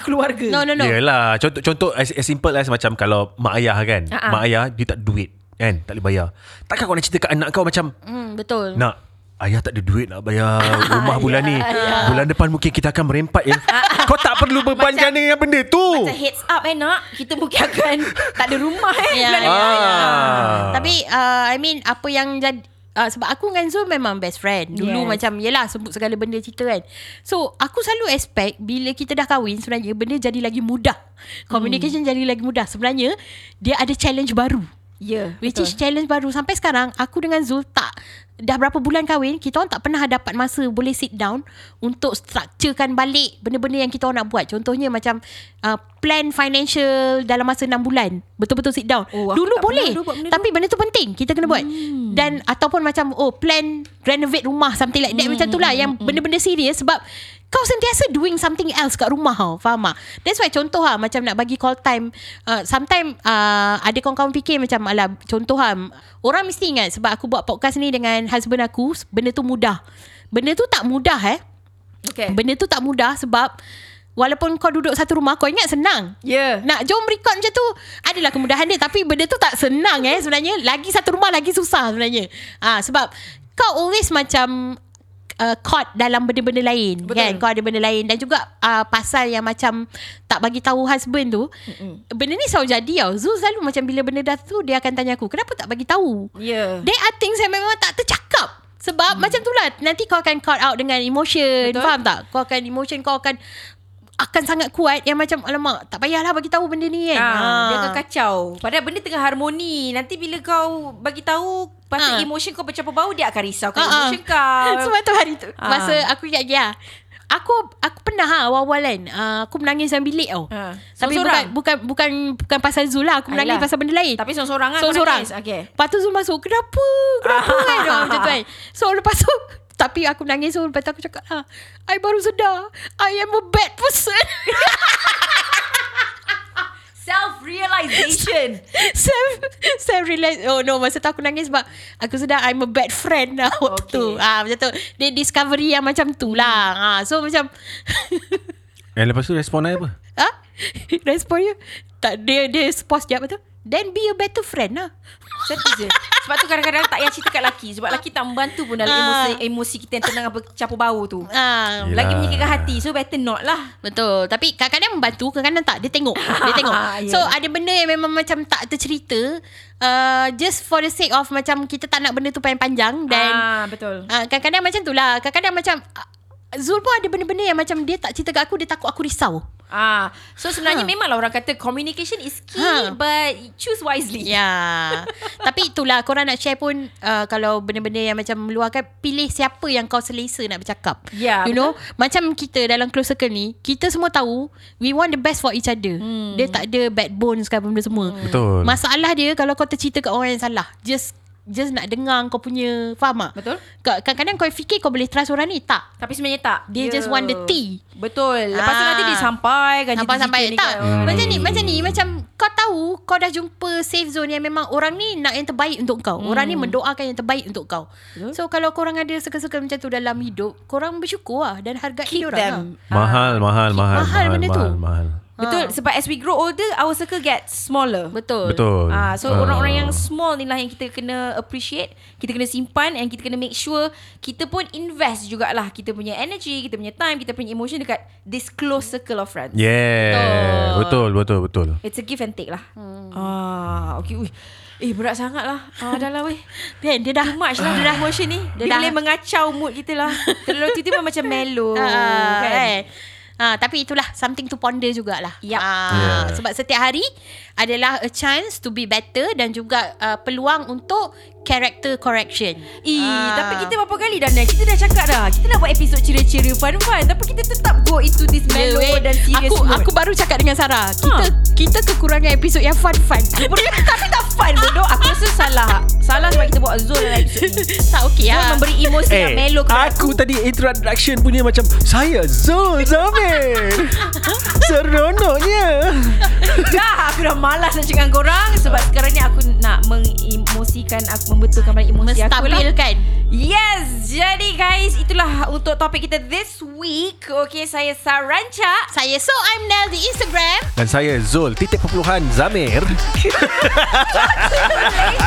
[SPEAKER 3] keluarga
[SPEAKER 1] No
[SPEAKER 4] Ya,
[SPEAKER 1] no no
[SPEAKER 4] Yelah Contoh, contoh as, as simple as Macam kalau Mak ayah kan
[SPEAKER 3] Ha-ha.
[SPEAKER 1] Ah,
[SPEAKER 4] Mak ayah Dia tak ada duit Kan Tak boleh bayar Takkan kau nak cerita kat anak kau Macam
[SPEAKER 1] hmm, Betul Ya,
[SPEAKER 4] Nak Ayah tak ada duit nak bayar rumah bulan ni. Bulan depan mungkin kita akan merempat ya.
[SPEAKER 1] Ah,
[SPEAKER 4] Kau tak perlu bebankan
[SPEAKER 3] Macam-
[SPEAKER 4] dengan benda tu.
[SPEAKER 3] Macam heads up eh nak Kita mungkin akan Tak ada rumah eh
[SPEAKER 1] Ya,
[SPEAKER 3] bulan
[SPEAKER 1] ya,
[SPEAKER 3] depan.
[SPEAKER 1] ya.
[SPEAKER 4] Ah.
[SPEAKER 1] Tapi uh, I mean apa yang jadi Uh, sebab aku dengan Zul memang best friend Dulu yes.
[SPEAKER 3] Yes.
[SPEAKER 1] macam Yelah sebut segala benda cerita kan So aku selalu expect Bila kita dah kahwin Sebenarnya benda jadi lagi mudah Communication hmm. jadi lagi mudah Sebenarnya Dia ada challenge baru
[SPEAKER 3] Ya
[SPEAKER 1] Which is challenge baru Sampai sekarang Aku dengan Zul tak Dah berapa bulan kahwin Kita orang tak pernah dapat masa Boleh sit down Untuk structurekan balik Benda-benda yang kita orang nak buat Contohnya macam uh, Plan financial Dalam masa 6 bulan Betul-betul sit down oh,
[SPEAKER 3] Oh, aku
[SPEAKER 1] Dulu
[SPEAKER 3] tak pernah
[SPEAKER 1] boleh
[SPEAKER 3] dulu buat benda tu.
[SPEAKER 1] Tapi benda tu penting Kita kena buat hmm. Dan ataupun macam Oh plan Renovate rumah Something like
[SPEAKER 3] Hmm,
[SPEAKER 1] that Macam tu lah Yang benda-benda serius Sebab kau sentiasa doing something else kat rumah tau Faham tak? That's why contoh lah Macam nak bagi call time uh, Sometimes uh, ada kawan-kawan fikir macam Alah contoh lah Orang mesti ingat sebab aku buat podcast ni dengan husband aku Benda tu mudah Benda tu tak mudah eh
[SPEAKER 3] Okay
[SPEAKER 1] Benda tu tak mudah sebab Walaupun kau duduk satu rumah Kau ingat senang
[SPEAKER 3] Ya.
[SPEAKER 1] Nak jom record macam tu Adalah kemudahan dia Tapi benda tu tak senang eh Sebenarnya Lagi satu rumah Lagi susah sebenarnya ha, Sebab Kau always macam uh, Caught dalam benda-benda lain Betul.
[SPEAKER 3] Betul.
[SPEAKER 1] kan Kau ada benda lain Dan juga uh, Pasal yang macam Tak bagi tahu husband tu Mm-mm. Benda ni selalu jadi tau Zul selalu macam Bila benda dah tu Dia akan tanya aku Kenapa tak bagi tahu
[SPEAKER 3] Ya
[SPEAKER 1] There are things yang memang tak tercakap sebab hmm. macam tu lah Nanti kau akan caught out Dengan emotion Betul.
[SPEAKER 3] Betul.
[SPEAKER 1] Faham tak? Kau akan emotion Kau akan Akan sangat kuat Yang macam Alamak tak payahlah bagi tahu benda ni kan
[SPEAKER 3] Ah,
[SPEAKER 1] Ah.
[SPEAKER 3] Dia akan kacau Padahal benda tengah harmoni Nanti bila kau Bagi tahu
[SPEAKER 1] Ah.
[SPEAKER 3] Pasal emotion kau bercampur bau Dia akan risau Kau
[SPEAKER 1] Ah, ah.
[SPEAKER 3] emotion kau
[SPEAKER 1] Sebab tu hari tu
[SPEAKER 3] Ah.
[SPEAKER 1] Masa aku ingat dia Aku aku pernah ha, awal-awal kan uh, Aku menangis dalam bilik tau
[SPEAKER 3] Ah.
[SPEAKER 1] Tapi bukan,
[SPEAKER 3] Sorang-sorang?
[SPEAKER 1] bukan bukan bukan pasal Zul lah Aku menangis
[SPEAKER 3] Alah.
[SPEAKER 1] pasal benda lain
[SPEAKER 3] Tapi seorang-seorang kan
[SPEAKER 1] Seorang-seorang
[SPEAKER 3] Okay
[SPEAKER 1] Lepas tu Zul masuk Kenapa? Kenapa kan Ah, Macam tu kan So lepas tu Tapi aku menangis So lepas tu aku cakap lah I baru sedar I am a bad person
[SPEAKER 3] Self-realization
[SPEAKER 1] Self Self realize Oh no Masa tu aku nangis sebab Aku sedar I'm a bad friend lah Waktu
[SPEAKER 3] Okay.
[SPEAKER 1] tu ah, Macam tu Dia discovery yang macam tu lah ah, So macam
[SPEAKER 4] Eh lepas tu respon I apa?
[SPEAKER 1] ah, Respon dia tak, Dia dia pause sekejap Lepas tu Then be a better friend lah
[SPEAKER 3] Satu je Sebab tu kadang-kadang tak payah cerita kat laki Sebab laki tak membantu pun dalam
[SPEAKER 1] Ah.
[SPEAKER 3] emosi, emosi kita yang tenang Campur bau tu
[SPEAKER 1] ah,
[SPEAKER 4] Yelah.
[SPEAKER 3] Lagi menyakitkan hati So better not lah
[SPEAKER 1] Betul Tapi kadang-kadang membantu Kadang-kadang tak Dia tengok Dia tengok
[SPEAKER 3] Ya.
[SPEAKER 1] So ada benda yang memang Macam tak tercerita uh, Just for the sake of Macam kita tak nak Benda tu panjang-panjang Dan
[SPEAKER 3] ah, Betul
[SPEAKER 1] Ah, kadang-kadang macam tu lah. Kadang-kadang macam ah, Zul pun ada benda-benda yang macam dia tak cerita kat aku, dia takut aku risau.
[SPEAKER 3] ah, So
[SPEAKER 1] Ha.
[SPEAKER 3] sebenarnya memanglah orang kata Communication is key
[SPEAKER 1] Ha.
[SPEAKER 3] But choose wisely
[SPEAKER 1] Ya. Tapi itulah korang nak share pun uh, kalau benda-benda yang macam meluahkan pilih siapa yang kau selesa nak bercakap.
[SPEAKER 3] Ya,
[SPEAKER 1] you know, macam kita dalam close circle ni, kita semua tahu we want the best for each other. Hmm. Dia tak ada backbone sekarang benda semua.
[SPEAKER 4] Betul.
[SPEAKER 1] Masalah dia kalau kau tercerita kat orang yang salah. Just just nak dengar kau punya faham tak?
[SPEAKER 3] Betul.
[SPEAKER 1] Kadang-kadang kau fikir kau boleh trust orang ni tak.
[SPEAKER 3] Tapi sebenarnya tak
[SPEAKER 1] Dia just want the tea.
[SPEAKER 3] Ya. Betul Lepas tu
[SPEAKER 1] Ah.
[SPEAKER 3] nanti dia sampai kan
[SPEAKER 1] Sampai sampai tak.
[SPEAKER 3] hmm.
[SPEAKER 1] Macam ni, macam ni macam kau tahu kau dah jumpa safe zone yang memang orang ni nak yang terbaik untuk kau.
[SPEAKER 3] Hmm.
[SPEAKER 1] Orang ni mendoakan yang terbaik untuk kau. So kalau korang ada suka-suka macam tu dalam hidup, korang bersyukur lah dan hargai
[SPEAKER 3] Keep
[SPEAKER 1] dia orang.
[SPEAKER 3] them
[SPEAKER 1] Lah.
[SPEAKER 4] Mahal, mahal, mahal.
[SPEAKER 1] Mahal benda tu.
[SPEAKER 4] Mahal, mahal.
[SPEAKER 1] Ha,
[SPEAKER 3] Betul sebab as we grow older our circle gets smaller.
[SPEAKER 1] Betul.
[SPEAKER 4] Betul.
[SPEAKER 3] Ah, so
[SPEAKER 4] Ah.
[SPEAKER 3] orang-orang yang small ni lah yang kita kena appreciate, kita kena simpan and kita kena make sure kita pun invest jugalah kita punya energy, kita punya time, kita punya emotion dekat this close circle of friends.
[SPEAKER 4] Yeah. Betul, betul, betul.
[SPEAKER 3] It's a give and take lah. Hmm. Ah, okay. Ui. Eh berat sangat lah. Ah, dah lah weh.
[SPEAKER 1] Kan dia dah
[SPEAKER 3] Too much lah dah emotion ni. Dia,
[SPEAKER 1] dah-
[SPEAKER 3] boleh mengacau mood kita lah. Terlalu tiba-tiba macam mellow
[SPEAKER 1] Ah,
[SPEAKER 3] kan.
[SPEAKER 1] kan? Ah, tapi itulah something to ponder jugalah.
[SPEAKER 3] Yup.
[SPEAKER 1] Ah,
[SPEAKER 4] Yeah.
[SPEAKER 1] Sebab setiap hari adalah a chance to be better dan juga uh, peluang untuk character correction.
[SPEAKER 3] Ih,
[SPEAKER 1] Ah.
[SPEAKER 3] tapi kita berapa kali dah Nan? Kita dah cakap dah. Kita nak buat episod ceria-ceria fun-fun. Tapi kita tetap go into this mellow
[SPEAKER 1] Weh,
[SPEAKER 3] dan serious
[SPEAKER 1] aku
[SPEAKER 3] mode.
[SPEAKER 1] aku baru cakap dengan Sarah. Kita kita kekurangan episod yang fun-fun.
[SPEAKER 3] tapi tak fun bodoh. Aku rasa salah. Salah sebab kita buat Zul dalam episod ni.
[SPEAKER 1] tak okey
[SPEAKER 3] Zul
[SPEAKER 1] ah.
[SPEAKER 3] memberi emosi
[SPEAKER 4] Eh,
[SPEAKER 3] hey, yang mellow
[SPEAKER 2] Eh,
[SPEAKER 3] kepada aku.
[SPEAKER 2] aku, aku tadi introduction punya macam Saya Zul Zamir Seronoknya
[SPEAKER 3] Dah, aku dah malas nak cakap dengan korang. Sebab sekarang ni aku nak mengemosikan, aku membetulkan balik emosi aku lah.
[SPEAKER 1] Menstabilkan.
[SPEAKER 3] Yes, jadi guys, itulah untuk topik kita this week. Okay, saya Saranca.
[SPEAKER 1] Saya so I'm Nel di Instagram.
[SPEAKER 4] Dan saya Zul, titik perpuluhan Zamir.
[SPEAKER 3] Later.